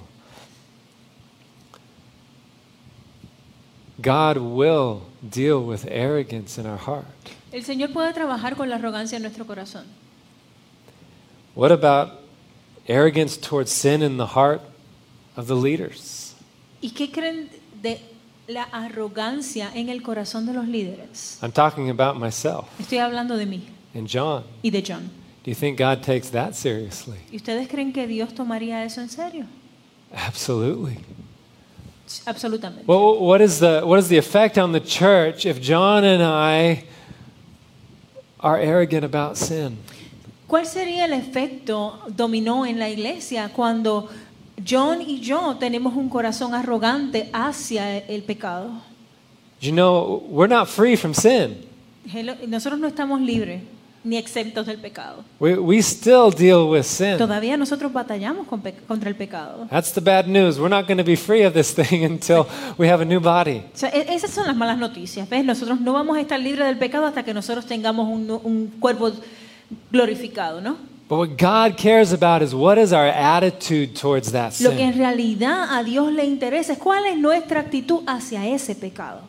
Speaker 1: God will deal with arrogance in our heart.
Speaker 2: El Señor puede trabajar con la arrogancia en nuestro corazón.
Speaker 1: What about arrogance towards sin in the heart of the leaders?
Speaker 2: ¿Y qué creen de la arrogancia en el corazón de los líderes?
Speaker 1: I'm talking about myself.
Speaker 2: Estoy hablando de mí
Speaker 1: And John,
Speaker 2: y de John.
Speaker 1: do you think God takes that seriously?
Speaker 2: ¿Y ustedes creen que Dios tomaría eso en serio?
Speaker 1: Absolutely.
Speaker 2: Absolutamente.
Speaker 1: Well, what is the what is the effect on the church if John and I are arrogant about sin?
Speaker 2: ¿Cuál sería el efecto dominó en la iglesia cuando John y yo tenemos un corazón arrogante hacia el pecado?
Speaker 1: You know, we're not free from sin.
Speaker 2: Hello, Nosotros no estamos libres ni exentos del pecado.
Speaker 1: We, we still deal with sin.
Speaker 2: Todavía nosotros batallamos con pe- contra el pecado.
Speaker 1: That's the bad news. We're not going to be free of this thing until we have a new body.
Speaker 2: O sea, e- esas son las malas noticias, ¿ves? Nosotros no vamos a estar libres del pecado hasta que nosotros tengamos un, un cuerpo glorificado, ¿no?
Speaker 1: But what God cares about is what is our attitude towards that
Speaker 2: Lo que en
Speaker 1: sin.
Speaker 2: realidad a Dios le interesa es cuál es nuestra actitud hacia ese pecado.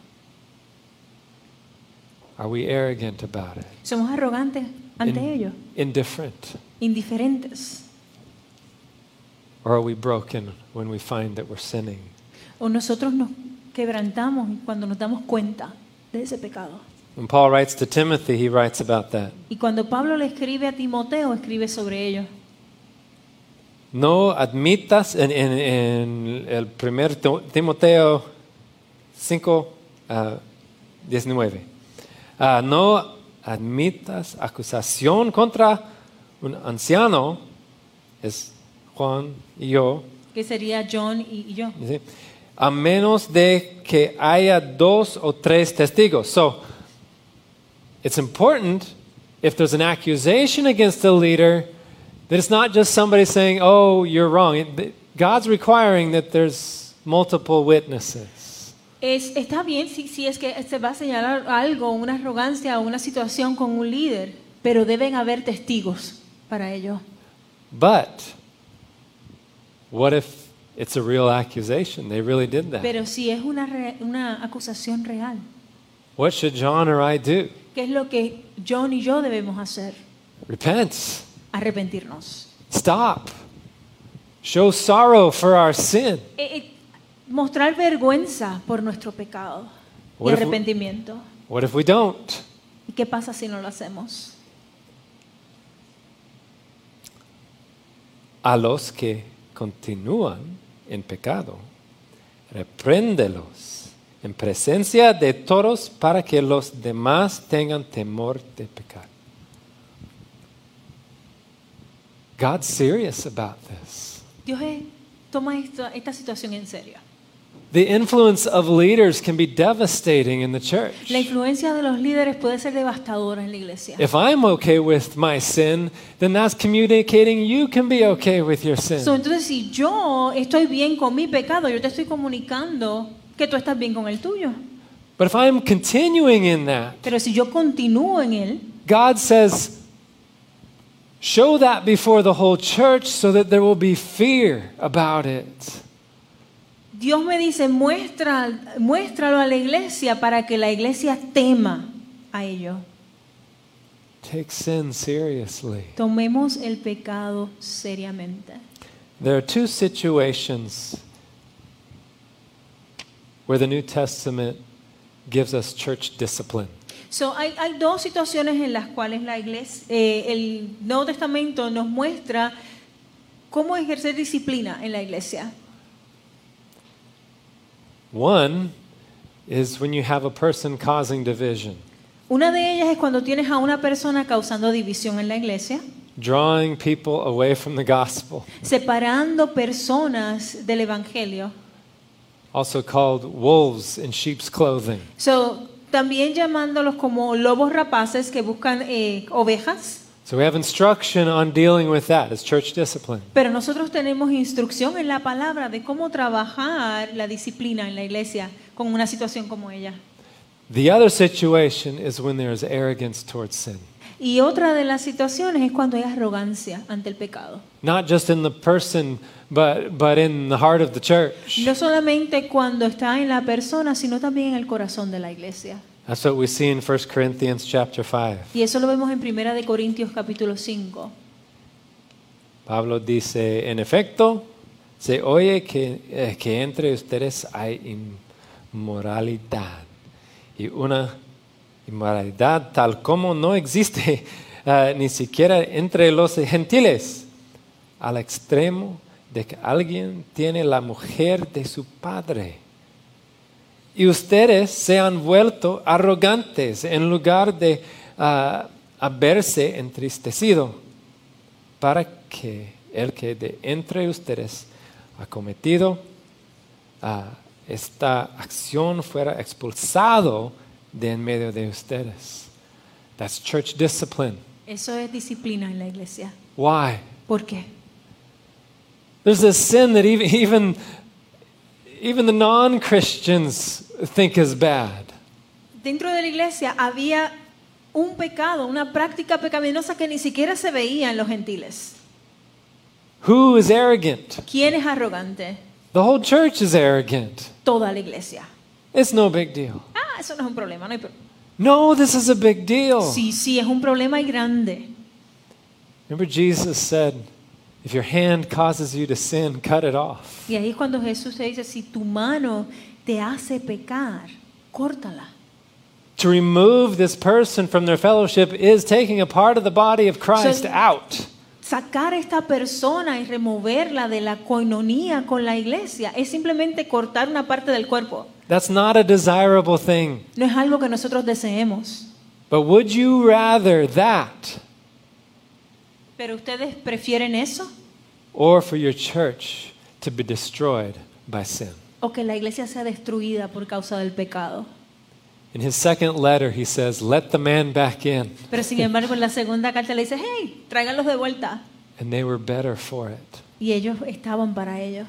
Speaker 1: Are we arrogant about it?
Speaker 2: Somos arrogantes ante
Speaker 1: In-
Speaker 2: ellos,
Speaker 1: Indifferent.
Speaker 2: indiferentes,
Speaker 1: Or are we broken when we find that we're sinning?
Speaker 2: o nosotros nos quebrantamos cuando nos damos cuenta de ese pecado.
Speaker 1: When Paul writes to Timothy, he writes about that.
Speaker 2: Y cuando Pablo le escribe a Timoteo, escribe sobre ellos.
Speaker 1: No admitas en, en- en el primer Ti- Timoteo 5, ah, 19. Ah, no admitas acusación contra un anciano, es Juan y yo,
Speaker 2: que sería John y, y yo.
Speaker 1: ¿sí? a menos de que haya dos o tres testigos. So, it's important if there's an accusation against a leader that it's not just somebody saying, "Oh, you're wrong." It- God's requiring that there's multiple witnesses.
Speaker 2: Es, está bien si, si es que se va a señalar algo, una arrogancia o una situación con un líder, pero deben haber testigos para ello.
Speaker 1: But what if it's a real accusation? They really did that.
Speaker 2: Pero si es una, re- una acusación real,
Speaker 1: What should John or I do?
Speaker 2: ¿qué es lo que John y yo debemos hacer?
Speaker 1: Repent.
Speaker 2: Arrepentirnos.
Speaker 1: Stop. Show sorrow for our sin.
Speaker 2: Eh, eh, mostrar vergüenza por nuestro pecado
Speaker 1: What
Speaker 2: y
Speaker 1: if we-
Speaker 2: arrepentimiento.
Speaker 1: What if we don't?
Speaker 2: ¿Y qué pasa si no lo hacemos?
Speaker 1: A los que continúan en pecado, repréndelos en presencia de todos para que los demás tengan temor de pecar. God's serious about this.
Speaker 2: Dios eh, toma esta, esta situación en serio.
Speaker 1: The influence of leaders can be devastating in the church.
Speaker 2: La influencia de los líderes puede ser devastadora en la iglesia.
Speaker 1: If I'm okay with my sin, then that's communicating you can be okay with your sin.
Speaker 2: So, entonces, si yo estoy bien con mi pecado, yo te estoy comunicando que tú estás bien con el tuyo.
Speaker 1: but if I'm continuing in that,
Speaker 2: Pero si yo continúo en él,
Speaker 1: God says, show that before the whole church so that there will be fear about it.
Speaker 2: Dios me dice, Muestra, muéstralo a la iglesia para que la iglesia tema a ello.
Speaker 1: Take sin seriously.
Speaker 2: Tomemos el pecado seriamente.
Speaker 1: There are two situations where the New Testament gives us church discipline.
Speaker 2: So, hay, hay dos situaciones en las cuales la iglesia, eh, el Nuevo Testamento nos muestra cómo ejercer disciplina en la iglesia.
Speaker 1: One is when you have a person causing division,
Speaker 2: Una de ellas es cuando tienes a una persona causando división en la iglesia,
Speaker 1: drawing people away from the gospel,
Speaker 2: separando personas del Evangelio.
Speaker 1: also called wolves in sheep's clothing.
Speaker 2: So, también llamándolos como lobos rapaces que buscan eh, ovejas.
Speaker 1: So we have instruction on dealing with that as church discipline.
Speaker 2: Pero nosotros tenemos instrucción en la palabra de cómo trabajar la disciplina en la iglesia con una situación como ella.
Speaker 1: The other situation is when there is arrogance towards sin.
Speaker 2: Y otra de las situaciones es cuando hay arrogancia ante el pecado.
Speaker 1: Not just in the person, but, but in the heart of the church.
Speaker 2: No solamente cuando está en la persona, sino también en el corazón de la iglesia.
Speaker 1: That's what we see in 1 Corinthians chapter 5.
Speaker 2: Y eso lo vemos en Primera de Corintios capítulo 5.
Speaker 1: Pablo dice, en efecto, se oye que, eh, que entre ustedes hay inmoralidad. Y una inmoralidad tal como no existe eh, ni siquiera entre los gentiles, al extremo de que alguien tiene la mujer de su padre. Y ustedes se han vuelto arrogantes en lugar de ah, haberse entristecido para que el que de entre ustedes ha cometido ah, esta acción fuera expulsado de en medio de ustedes. That's church discipline.
Speaker 2: Eso es disciplina en la iglesia.
Speaker 1: Why?
Speaker 2: ¿Por qué?
Speaker 1: There's this sin that even even, even the non-Christians think is bad.
Speaker 2: Dentro de la iglesia había un pecado, una práctica pecaminosa que ni siquiera se veía en los gentiles.
Speaker 1: Who is arrogant?
Speaker 2: ¿Quién es arrogante?
Speaker 1: The whole church is arrogant.
Speaker 2: Toda la iglesia.
Speaker 1: It's no big deal.
Speaker 2: Ah, eso no es un problema. No hay pro-
Speaker 1: No, this is a big deal.
Speaker 2: Sí, sí, es un problema y grande.
Speaker 1: Remember, Jesus said, If your hand causes you to sin, cut it off.
Speaker 2: Y ahí es cuando Jesús te dice, si tu mano te hace pecar, córtala.
Speaker 1: To remove this person from their fellowship is taking a part of the body of Christ
Speaker 2: So-
Speaker 1: out.
Speaker 2: Sacar a esta persona y removerla de la coinonía con la iglesia es simplemente cortar una parte del cuerpo.
Speaker 1: That's not a desirable thing.
Speaker 2: No es algo que nosotros deseemos.
Speaker 1: But would you rather that
Speaker 2: Pero ustedes prefieren eso
Speaker 1: or for your church to be destroyed by sin?
Speaker 2: o que la iglesia sea destruida por causa del pecado.
Speaker 1: In his second letter, he says, Let the man back in.
Speaker 2: Pero sin embargo en la segunda carta le dice, hey, tráiganlos de vuelta.
Speaker 1: And they were better for it.
Speaker 2: Y y ellos estaban para ellos.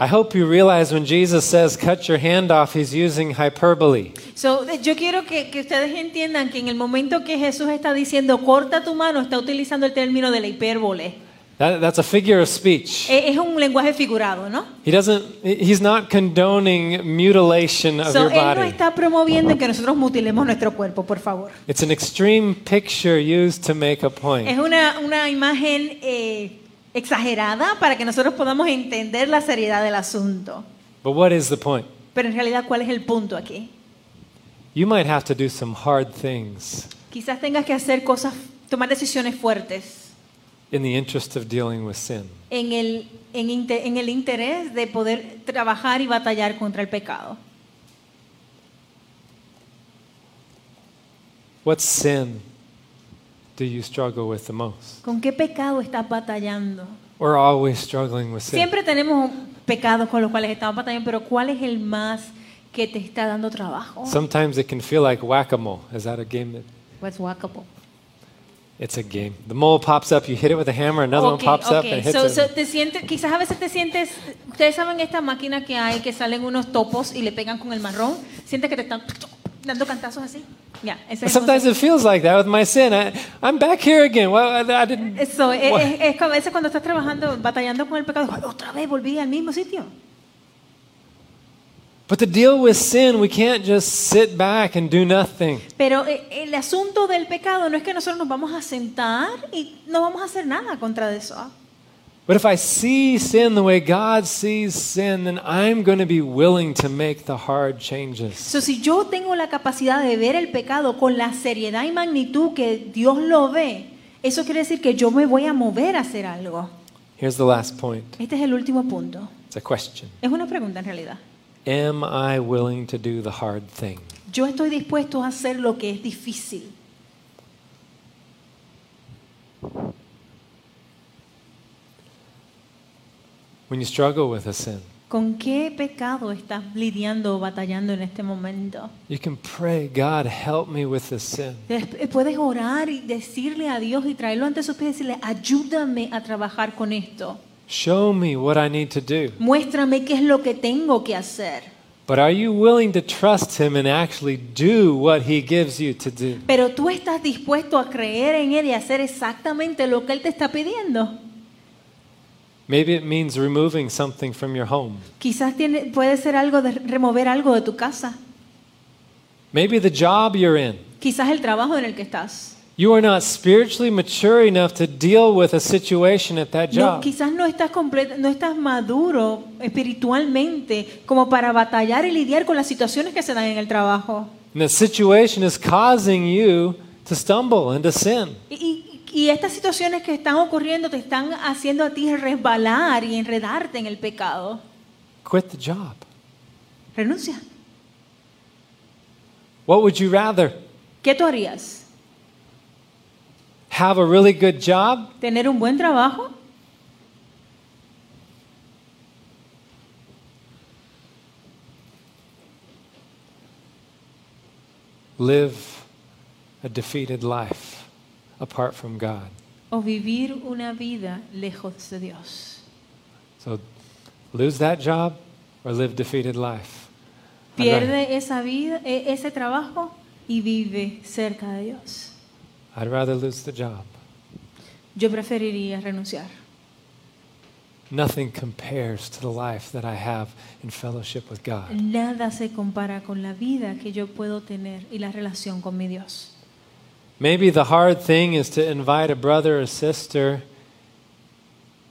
Speaker 1: I hope you realize when Jesus says, cut your hand off, he's using hyperbole.
Speaker 2: So, eh, yo quiero que, que ustedes entiendan que en el momento que Jesús está diciendo corta tu mano, está utilizando el término de la hipérbole.
Speaker 1: That, that's a figure of speech.
Speaker 2: Eh, Es un lenguaje figurado, ¿no?
Speaker 1: He doesn't, he's not condoning mutilation of
Speaker 2: So,
Speaker 1: your
Speaker 2: él no
Speaker 1: body.
Speaker 2: está promoviendo que nosotros mutilemos nuestro cuerpo, por favor.
Speaker 1: It's an extreme picture used to make a point.
Speaker 2: Es una, una imagen eh, exagerada para que nosotros podamos entender la seriedad del asunto.
Speaker 1: But what is the point?
Speaker 2: Pero en realidad, ¿cuál es el punto aquí?
Speaker 1: You might have to do some hard things
Speaker 2: Quizás tengas que hacer cosas, tomar decisiones fuertes
Speaker 1: in the interest of dealing with sin.
Speaker 2: en el, en inte- en el interés de poder trabajar y batallar contra el pecado.
Speaker 1: What sin do you struggle with the most?
Speaker 2: ¿Con qué pecado estás batallando?
Speaker 1: We're always struggling with sin.
Speaker 2: Siempre tenemos pecados con los cuales estamos batallando, pero ¿cuál es el más que te está dando trabajo?
Speaker 1: Sometimes it can feel like whack a mole. Is that a game? That,
Speaker 2: What's walkable?
Speaker 1: it's a game. The mole pops up, you hit it with a hammer, another
Speaker 2: Ok,
Speaker 1: one pops up
Speaker 2: ok.
Speaker 1: and hits
Speaker 2: So-
Speaker 1: it.
Speaker 2: so te sientes- quizás a veces te sientes, ustedes saben esta máquina que hay que salen unos topos y le pegan con el marrón, sientes que te están dando cantazos así. Ya, ese es el
Speaker 1: Sometimes it feels like that with my sin. I, I'm back here again. Well, I, I didn't.
Speaker 2: Eso, es,
Speaker 1: What?
Speaker 2: es- es como- a veces cuando estás trabajando, batallando con el pecado, "Ay, otra vez volví al mismo sitio.
Speaker 1: But to deal with sin, we can't just sit back and do nothing.
Speaker 2: Pero eh, el asunto del pecado no es que nosotros nos vamos a sentar y no vamos a hacer nada contra eso. ¿ah?
Speaker 1: But if I see sin the way God sees sin, then I'm going to be willing to make the hard changes.
Speaker 2: So, si yo tengo la capacidad de ver el pecado con la seriedad y magnitud que Dios lo ve, eso quiere decir que yo me voy a mover a hacer algo.
Speaker 1: Here's the last point
Speaker 2: Este es el último punto.
Speaker 1: it's a question.
Speaker 2: Es una pregunta en realidad.
Speaker 1: Am I willing to do the hard thing?
Speaker 2: Yo estoy dispuesto a hacer lo que es difícil.
Speaker 1: When you struggle with a sin,
Speaker 2: ¿Con qué pecado estás lidiando o batallando en este momento?
Speaker 1: you can pray, God, help me with this sin.
Speaker 2: Des- eh, Puedes orar y decirle a Dios y traerlo ante sus pies y decirle, ayúdame a trabajar con esto.
Speaker 1: Show me what I need to do.
Speaker 2: Muéstrame qué es lo que tengo que hacer.
Speaker 1: But are you willing to trust Him and actually do what He gives you to do?
Speaker 2: Pero tú estás dispuesto a creer en Él y hacer exactamente lo que Él te está pidiendo.
Speaker 1: Maybe it means removing something from your home.
Speaker 2: Quizás tiene, puede ser algo de remover algo de tu casa.
Speaker 1: Maybe the job you're in.
Speaker 2: Quizás el trabajo en el que estás.
Speaker 1: You are not spiritually mature enough to deal with a situation at that
Speaker 2: No,
Speaker 1: job.
Speaker 2: quizás no estás, comple- no estás maduro espiritualmente como para batallar y lidiar con las situaciones que se dan en el trabajo.
Speaker 1: And the situation is causing you to stumble and to sin.
Speaker 2: Y, y- y estas situaciones que están ocurriendo te están haciendo a ti resbalar y enredarte en el pecado.
Speaker 1: Quit the job.
Speaker 2: Renuncia.
Speaker 1: What would you rather?
Speaker 2: ¿Qué tú harías?
Speaker 1: Have a really good job
Speaker 2: ¿Tener un buen trabajo
Speaker 1: live a defeated life apart from God.
Speaker 2: o vivir una vida lejos de Dios?
Speaker 1: So lose that job or live defeated life. I'd rather,
Speaker 2: Pierde esa vida, e- ese trabajo y vive cerca de Dios.
Speaker 1: I'd rather lose the job.
Speaker 2: Yo preferiría renunciar.
Speaker 1: Nothing compares to the life that I have in fellowship with God.
Speaker 2: Nada se compara con la vida que yo puedo tener y la relación con mi Dios.
Speaker 1: Maybe the hard thing is to invite a brother or sister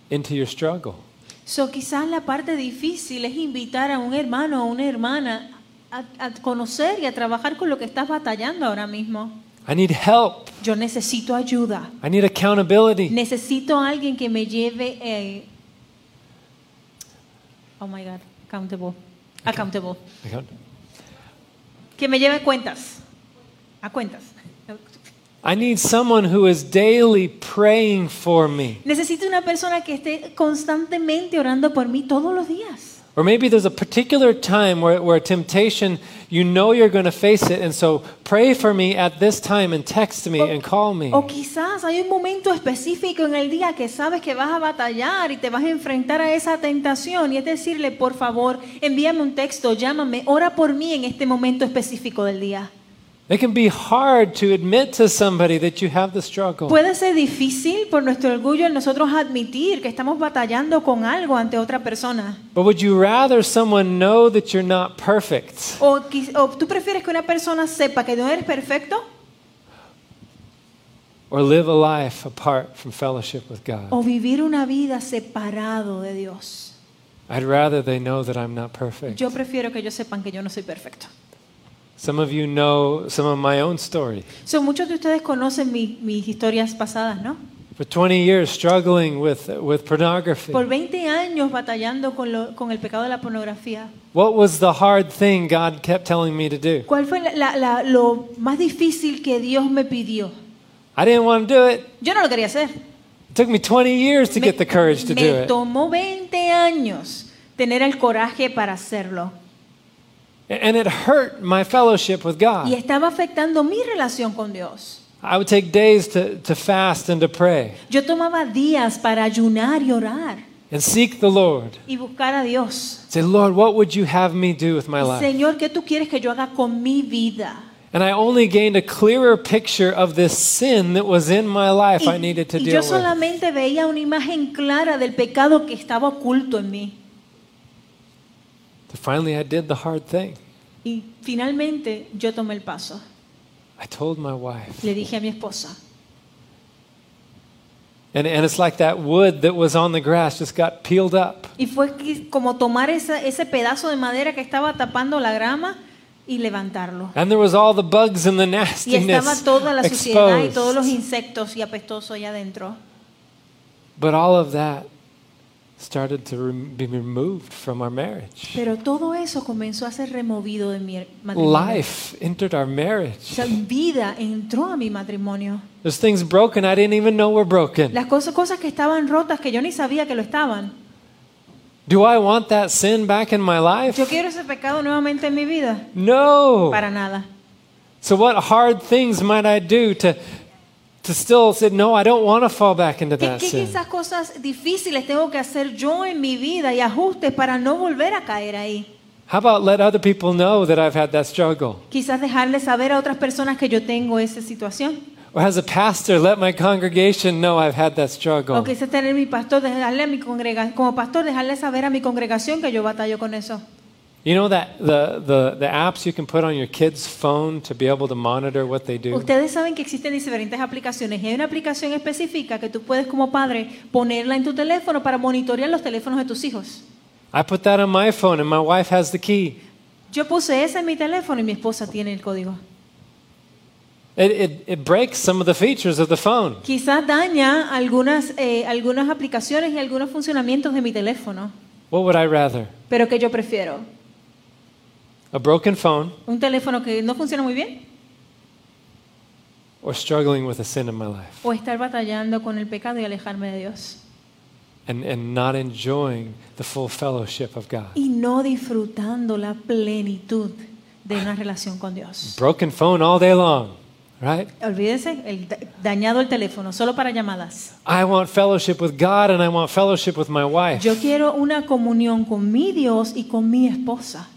Speaker 1: into your struggle.
Speaker 2: So, quizás la parte difícil es invitar a un hermano o una hermana a, a conocer y a trabajar con lo que estás batallando ahora mismo.
Speaker 1: I need help.
Speaker 2: Yo necesito ayuda.
Speaker 1: I need accountability.
Speaker 2: Necesito a alguien que me lleve. eh, oh my God, accountable. Accountable.
Speaker 1: Account-
Speaker 2: Que me lleve cuentas. A cuentas.
Speaker 1: I need someone who is daily praying for me.
Speaker 2: Necesito una persona que esté constantemente orando por mí todos los días.
Speaker 1: Or maybe there's a particular time where, where temptation, you know you're going to face it, and so pray for me at this time and text me and call me.
Speaker 2: O quizás hay un momento específico en el día que sabes que vas a batallar y te vas a enfrentar a esa tentación y es decirle, por favor, envíame un texto, llámame, ora por mí en este momento específico del día.
Speaker 1: It can be hard to admit to somebody that you have the struggle.
Speaker 2: Puede ser difícil por nuestro orgullo en nosotros admitir que estamos batallando con algo ante otra persona.
Speaker 1: But would you rather someone know that you're not perfect
Speaker 2: O, qui- o tú prefieres que una persona sepa que no eres perfecto
Speaker 1: or live a life apart from fellowship with God?
Speaker 2: o vivir una vida separado de Dios.
Speaker 1: I'd rather they know that I'm not perfect.
Speaker 2: Yo prefiero que ellos sepan que yo no soy perfecto.
Speaker 1: Some of you know some of my own story.
Speaker 2: So, muchos de ustedes conocen mi- mis historias pasadas, ¿no?
Speaker 1: For 20 years struggling with, with pornography.
Speaker 2: Por 20 años batallando con, lo- con el pecado de la pornografía.
Speaker 1: What was the hard thing God kept telling me to do?
Speaker 2: ¿Cuál fue la- la- la- lo más difícil que Dios me pidió?
Speaker 1: I didn't want to do it.
Speaker 2: Yo no lo quería hacer.
Speaker 1: It took me 20 years to
Speaker 2: me,
Speaker 1: get the courage to
Speaker 2: me
Speaker 1: do it.
Speaker 2: tomó 20 años tener el coraje para hacerlo.
Speaker 1: And it hurt my fellowship with
Speaker 2: Y
Speaker 1: God.
Speaker 2: estaba afectando mi relación con Dios.
Speaker 1: I would take days to, to fast and to pray
Speaker 2: Yo tomaba días para ayunar y orar
Speaker 1: and seek the Lord.
Speaker 2: y buscar a Dios.
Speaker 1: Say, Lord, what would you have me do with my life?
Speaker 2: Señor, ¿qué tú quieres que yo haga con mi vida?
Speaker 1: And I only gained a clearer picture of this sin that was in my life I needed to
Speaker 2: y
Speaker 1: deal
Speaker 2: yo
Speaker 1: with.
Speaker 2: solamente veía una imagen clara del pecado que estaba oculto en mí.
Speaker 1: So finally, I did the hard thing.
Speaker 2: Y finalmente yo tomé el paso.
Speaker 1: I told my wife.
Speaker 2: Le dije a mi esposa.
Speaker 1: And, and it's like that wood that was on the grass just got peeled up.
Speaker 2: Y fue qui- como tomar esa- ese pedazo de madera que estaba tapando la grama y levantarlo.
Speaker 1: And there was all the bugs and the
Speaker 2: Y estaba
Speaker 1: nastiness
Speaker 2: toda la suciedad y
Speaker 1: exposed.
Speaker 2: todos los insectos y apestoso allá adentro.
Speaker 1: But all of that started to rem- be removed from our marriage.
Speaker 2: Pero todo eso comenzó a ser removido de mi matrimonio.
Speaker 1: Life entered our
Speaker 2: O
Speaker 1: marriage.
Speaker 2: sea, vida entró a mi matrimonio.
Speaker 1: There's things broken I didn't even know were broken.
Speaker 2: Las cosas, cosas que estaban rotas que yo ni sabía que lo estaban.
Speaker 1: Do I want that sin back in my life?
Speaker 2: Yo quiero ese pecado nuevamente en mi vida.
Speaker 1: No.
Speaker 2: Para nada.
Speaker 1: So what hard things might I do to to still say no, I don't want to fall back into
Speaker 2: ¿Qué,
Speaker 1: that
Speaker 2: qué
Speaker 1: sin?
Speaker 2: quizás cosas difíciles tengo que hacer yo en mi vida y ajustes para no volver a caer ahí?
Speaker 1: How about let other people know that I've had that struggle?
Speaker 2: Quizás dejarle saber a otras personas que yo tengo esa situación.
Speaker 1: Or as a pastor, let my congregation know I've had that
Speaker 2: O
Speaker 1: struggle.
Speaker 2: quizás tener mi pastor, dejarle a mi congrega- como pastor, dejarle saber a mi congregación que yo batallo con eso.
Speaker 1: You know that the, the, the apps you can put on your kid's phone to be able to monitor what they do?
Speaker 2: Ustedes saben que existen diferentes aplicaciones y hay una aplicación específica que tú puedes como padre ponerla en tu teléfono para monitorear los teléfonos de tus hijos.
Speaker 1: I put that on my phone and my wife has the key.
Speaker 2: Yo puse esa en mi teléfono y mi esposa tiene el código.
Speaker 1: It, it, it breaks some of the features of the phone.
Speaker 2: Quizás daña algunas, eh, algunas aplicaciones y algunos funcionamientos de mi teléfono,
Speaker 1: What would I rather?
Speaker 2: pero que yo prefiero.
Speaker 1: A broken phone
Speaker 2: Un teléfono que no funciona muy bien
Speaker 1: or struggling with a sin in my life
Speaker 2: o estar batallando con el pecado y alejarme de Dios.
Speaker 1: and, and not enjoying the full fellowship of God?
Speaker 2: Y no disfrutando la plenitud de una relación con Dios.
Speaker 1: Broken phone all day long, right?
Speaker 2: Olvídense, el da- dañado el teléfono, solo para llamadas.
Speaker 1: I want fellowship with God and I want fellowship with my wife.
Speaker 2: Yo quiero una comunión con mi Dios y con mi esposa.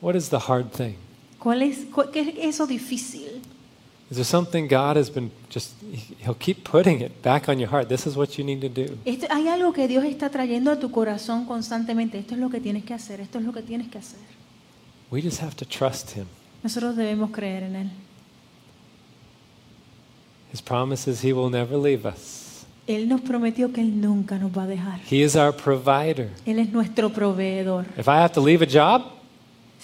Speaker 1: What is the hard thing?
Speaker 2: ¿Cuál es, cu- ¿Qué es eso difícil?
Speaker 1: Is there something God has been just, He'll keep putting it back on your heart? This is what you need to do.
Speaker 2: Esto- hay algo que Dios está trayendo a tu corazón constantemente. Esto es lo que tienes que hacer, esto es lo que tienes que hacer.
Speaker 1: We just have to trust Him.
Speaker 2: Nosotros debemos creer en Él.
Speaker 1: His promise is He will never leave us.
Speaker 2: Él nos prometió que Él nunca nos va a dejar.
Speaker 1: He is our provider.
Speaker 2: Él es nuestro proveedor.
Speaker 1: If I have to leave a job,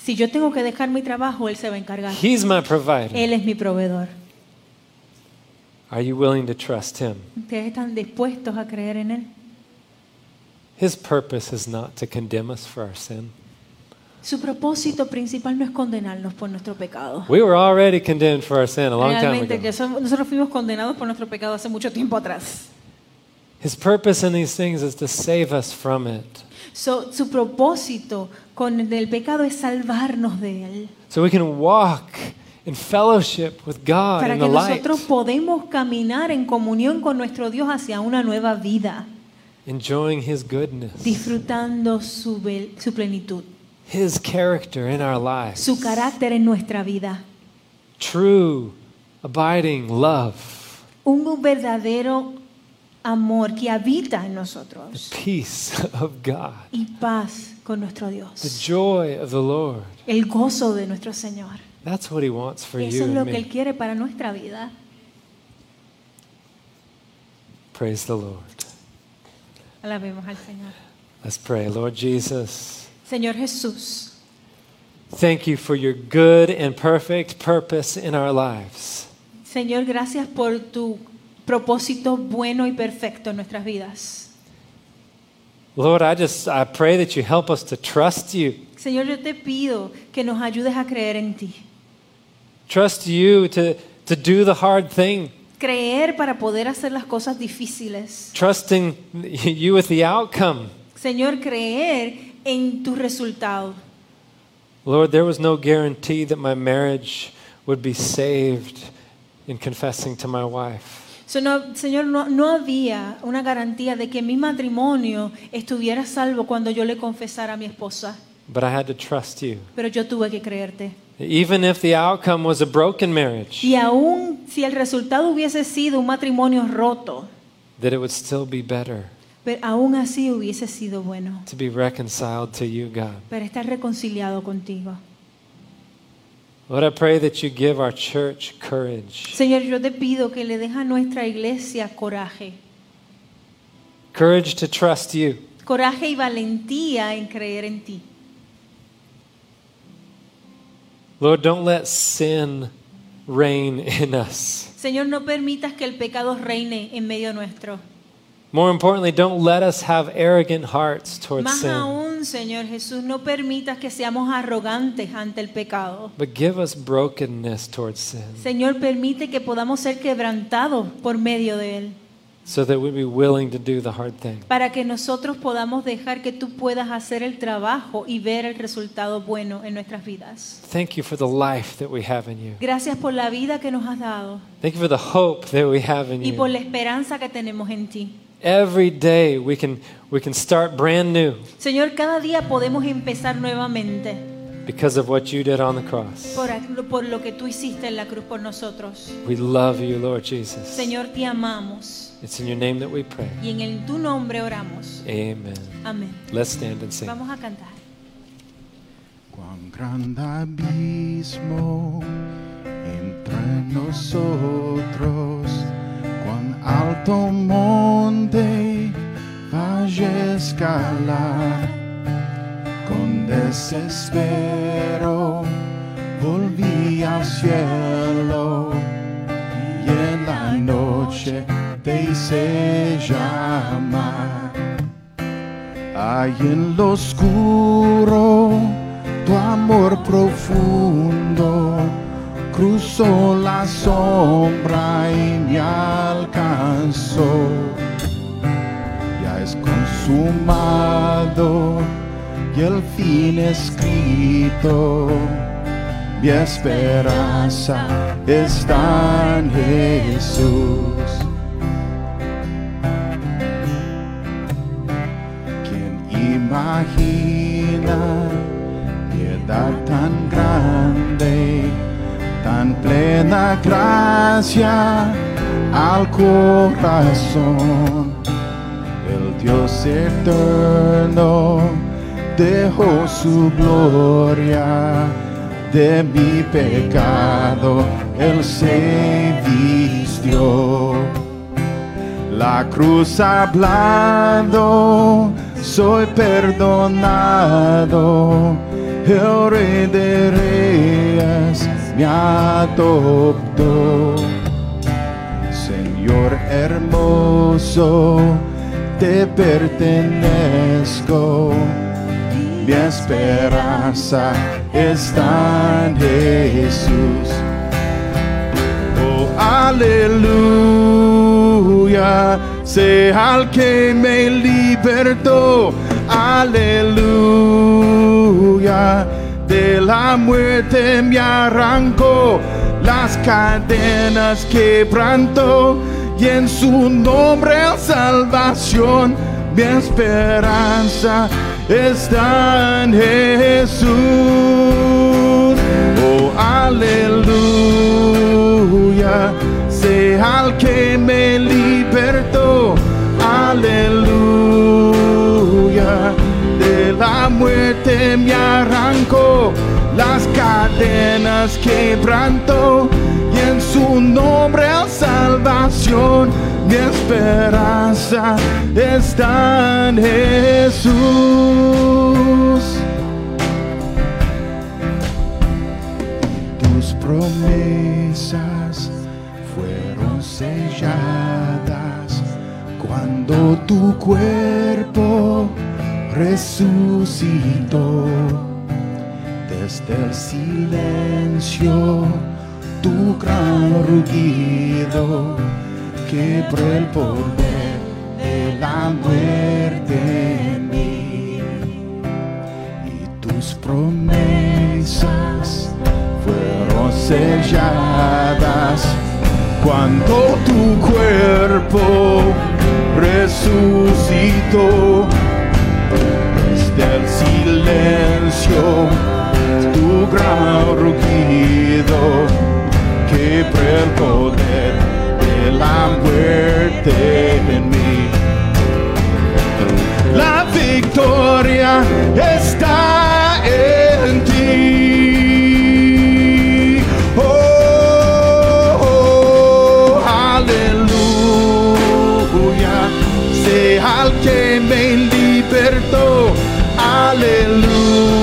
Speaker 2: Si yo tengo que dejar mi trabajo, Él se va a encargar.
Speaker 1: He's my provider.
Speaker 2: Él es mi proveedor.
Speaker 1: Are you willing to trust Him?
Speaker 2: ¿Ustedes están dispuestos a creer en Él?
Speaker 1: His purpose is not to condemn us for our sin.
Speaker 2: Su propósito principal no es condenarnos por nuestro pecado.
Speaker 1: We were already condemned for our sin a long time
Speaker 2: Realmente,
Speaker 1: ago.
Speaker 2: ya somos- nosotros fuimos condenados por nuestro pecado hace mucho tiempo atrás.
Speaker 1: His purpose in these things is to save us from it.
Speaker 2: So, su propósito con el pecado es salvarnos de él.
Speaker 1: so we can walk in fellowship with God
Speaker 2: Para
Speaker 1: Ah, in the
Speaker 2: que
Speaker 1: light,
Speaker 2: nosotros podemos caminar en comunión con nuestro Dios hacia una nueva vida,
Speaker 1: enjoying His goodness,
Speaker 2: disfrutando su, bel- su plenitud,
Speaker 1: His character in our lives,
Speaker 2: su carácter en nuestra vida.
Speaker 1: true, abiding love,
Speaker 2: Un verdadero amor que habita en
Speaker 1: the
Speaker 2: nosotros
Speaker 1: peace of God,
Speaker 2: y paz con nuestro Dios.
Speaker 1: the joy of the Lord.
Speaker 2: el gozo de nuestro Señor.
Speaker 1: That's what He wants for
Speaker 2: Eso
Speaker 1: you
Speaker 2: es lo
Speaker 1: and
Speaker 2: que Él
Speaker 1: me.
Speaker 2: quiere para nuestra vida.
Speaker 1: Praise the Lord.
Speaker 2: Alabemos al Señor.
Speaker 1: Let's pray. Lord Jesus,
Speaker 2: Señor Jesús,
Speaker 1: thank you for your good and perfect purpose in our lives.
Speaker 2: Señor, gracias por tu propósito bueno y perfecto en nuestras vidas.
Speaker 1: Lord, I just I pray that you help us to trust you.
Speaker 2: Señor, yo te pido que nos ayudes a creer en ti.
Speaker 1: Trust you to, to do the hard thing.
Speaker 2: Creer para poder hacer las cosas difíciles.
Speaker 1: Trusting you with the outcome.
Speaker 2: Señor, creer en tu resultado.
Speaker 1: Lord, there was no guarantee that my marriage would be saved in confessing to my wife.
Speaker 2: So, no- señor, no, no había una garantía de que mi matrimonio estuviera salvo cuando yo le confesara a mi esposa.
Speaker 1: But I had to trust you.
Speaker 2: Pero yo tuve que creerte.
Speaker 1: Even if the outcome was a broken marriage,
Speaker 2: Y aún si el resultado hubiese sido un matrimonio roto,
Speaker 1: that it would still be better
Speaker 2: pero aún así hubiese sido bueno.
Speaker 1: to be reconciled to you, God.
Speaker 2: Pero estar reconciliado contigo.
Speaker 1: Lord, I pray that you give our church courage.
Speaker 2: Señor, yo te pido que le des a nuestra iglesia coraje.
Speaker 1: Courage to trust you.
Speaker 2: Coraje y valentía en creer en ti.
Speaker 1: Lord, don't let sin reign in us.
Speaker 2: Señor, no permitas que el pecado reine en medio nuestro.
Speaker 1: More importantly, don't let us have arrogant hearts towards
Speaker 2: Más
Speaker 1: sin.
Speaker 2: aún, Señor Jesús, no permitas que seamos arrogantes ante el pecado.
Speaker 1: But give us brokenness towards sin
Speaker 2: Señor, permite que podamos ser quebrantados por medio de él.
Speaker 1: so that we'd be willing to do the hard thing.
Speaker 2: para que nosotros podamos dejar que tú puedas hacer el trabajo y ver el resultado bueno en nuestras vidas.
Speaker 1: Thank you for the life that we have in you.
Speaker 2: Gracias por la vida que nos has dado
Speaker 1: Thank you for the hope that we have in
Speaker 2: y por
Speaker 1: you.
Speaker 2: la esperanza que tenemos en ti.
Speaker 1: Every day we can we can start brand new
Speaker 2: Señor, cada día podemos empezar nuevamente
Speaker 1: because of what you did on the cross.
Speaker 2: por, ac- por lo que tú hiciste en la cruz por nosotros.
Speaker 1: We love you, Lord Jesus.
Speaker 2: Señor, te amamos
Speaker 1: It's in your name that we pray.
Speaker 2: y en el- tu nombre oramos.
Speaker 1: Amen.
Speaker 2: Amén.
Speaker 1: Let's stand and sing.
Speaker 2: Vamos a cantar.
Speaker 3: Cuán grande abismo entre nosotros, cuán alto monte valle escalar, con desespero volví al cielo y en la noche te hice llamar. Hay en lo oscuro tu amor profundo cruzó la sombra y me alcanzó. Ya es consumado y el fin escrito. Mi esperanza está en Jesús. ¿Quién imagina piedad tan grande, tan plena gracia al corazón? El Dios eterno dejó su gloria de mi pecado, Él se vistió. La cruz ha hablado, soy perdonado. El rey de reyes me adoptó. Señor hermoso, te pertenezco. Mi esperanza está en Jesús. Oh, aleluya, sea el que me libertó, aleluya. De la muerte me arrancó, las cadenas quebrantó y en su nombre salvación. Mi esperanza está en Jesús. Oh, aleluya. Sea el que me libertó. Aleluya. De la muerte me arrancó. Las cadenas quebrantó. Y en su nombre la salvación. Mi esperanza está en Jesús. tus promesas fueron selladas cuando tu cuerpo resucitó. Desde el silencio, tu gran rugido quebró el poder de la muerte en mí y tus promesas fueron selladas cuando tu cuerpo resucitó desde el silencio tu gran rugido quebró el poder de la muerte en mí la victoria está en ti. Oh, oh, aleluya. Sea el que me libertó.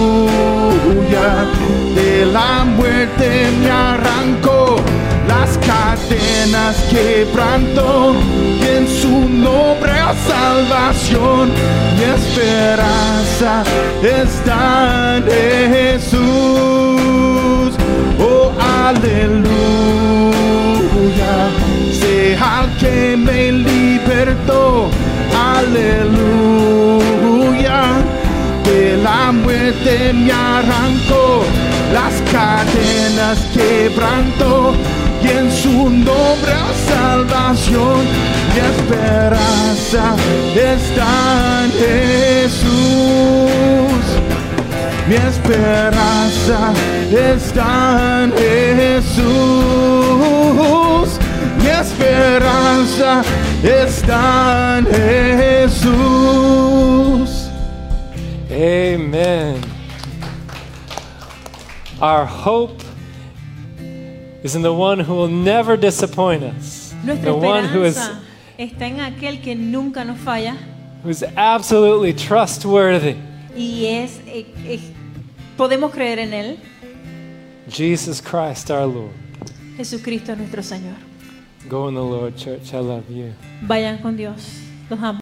Speaker 3: Aleluya. De la muerte me arrancó. Las cadenas quebrantó y en su nombre a salvación mi esperanza está en Jesús. Oh, aleluya, sea el que me libertó. Aleluya de la muerte me arrancó, las cadenas quebrantó y en su nombre salvación y esperanza está en Jesús. Mi esperanza está en Jesús. Mi esperanza está en Jesús.
Speaker 1: Amen. Our hope is in the one who will never disappoint us.
Speaker 2: Nuestra
Speaker 1: the one who is
Speaker 2: esperanza está en aquel que nunca nos falla
Speaker 1: who is absolutely trustworthy.
Speaker 2: y es, eh, eh, podemos creer en él.
Speaker 1: Jesus Christ our Lord.
Speaker 2: Jesucristo es nuestro Señor.
Speaker 1: Go in the Lord, church. I love you.
Speaker 2: Vayan con Dios. Los amo.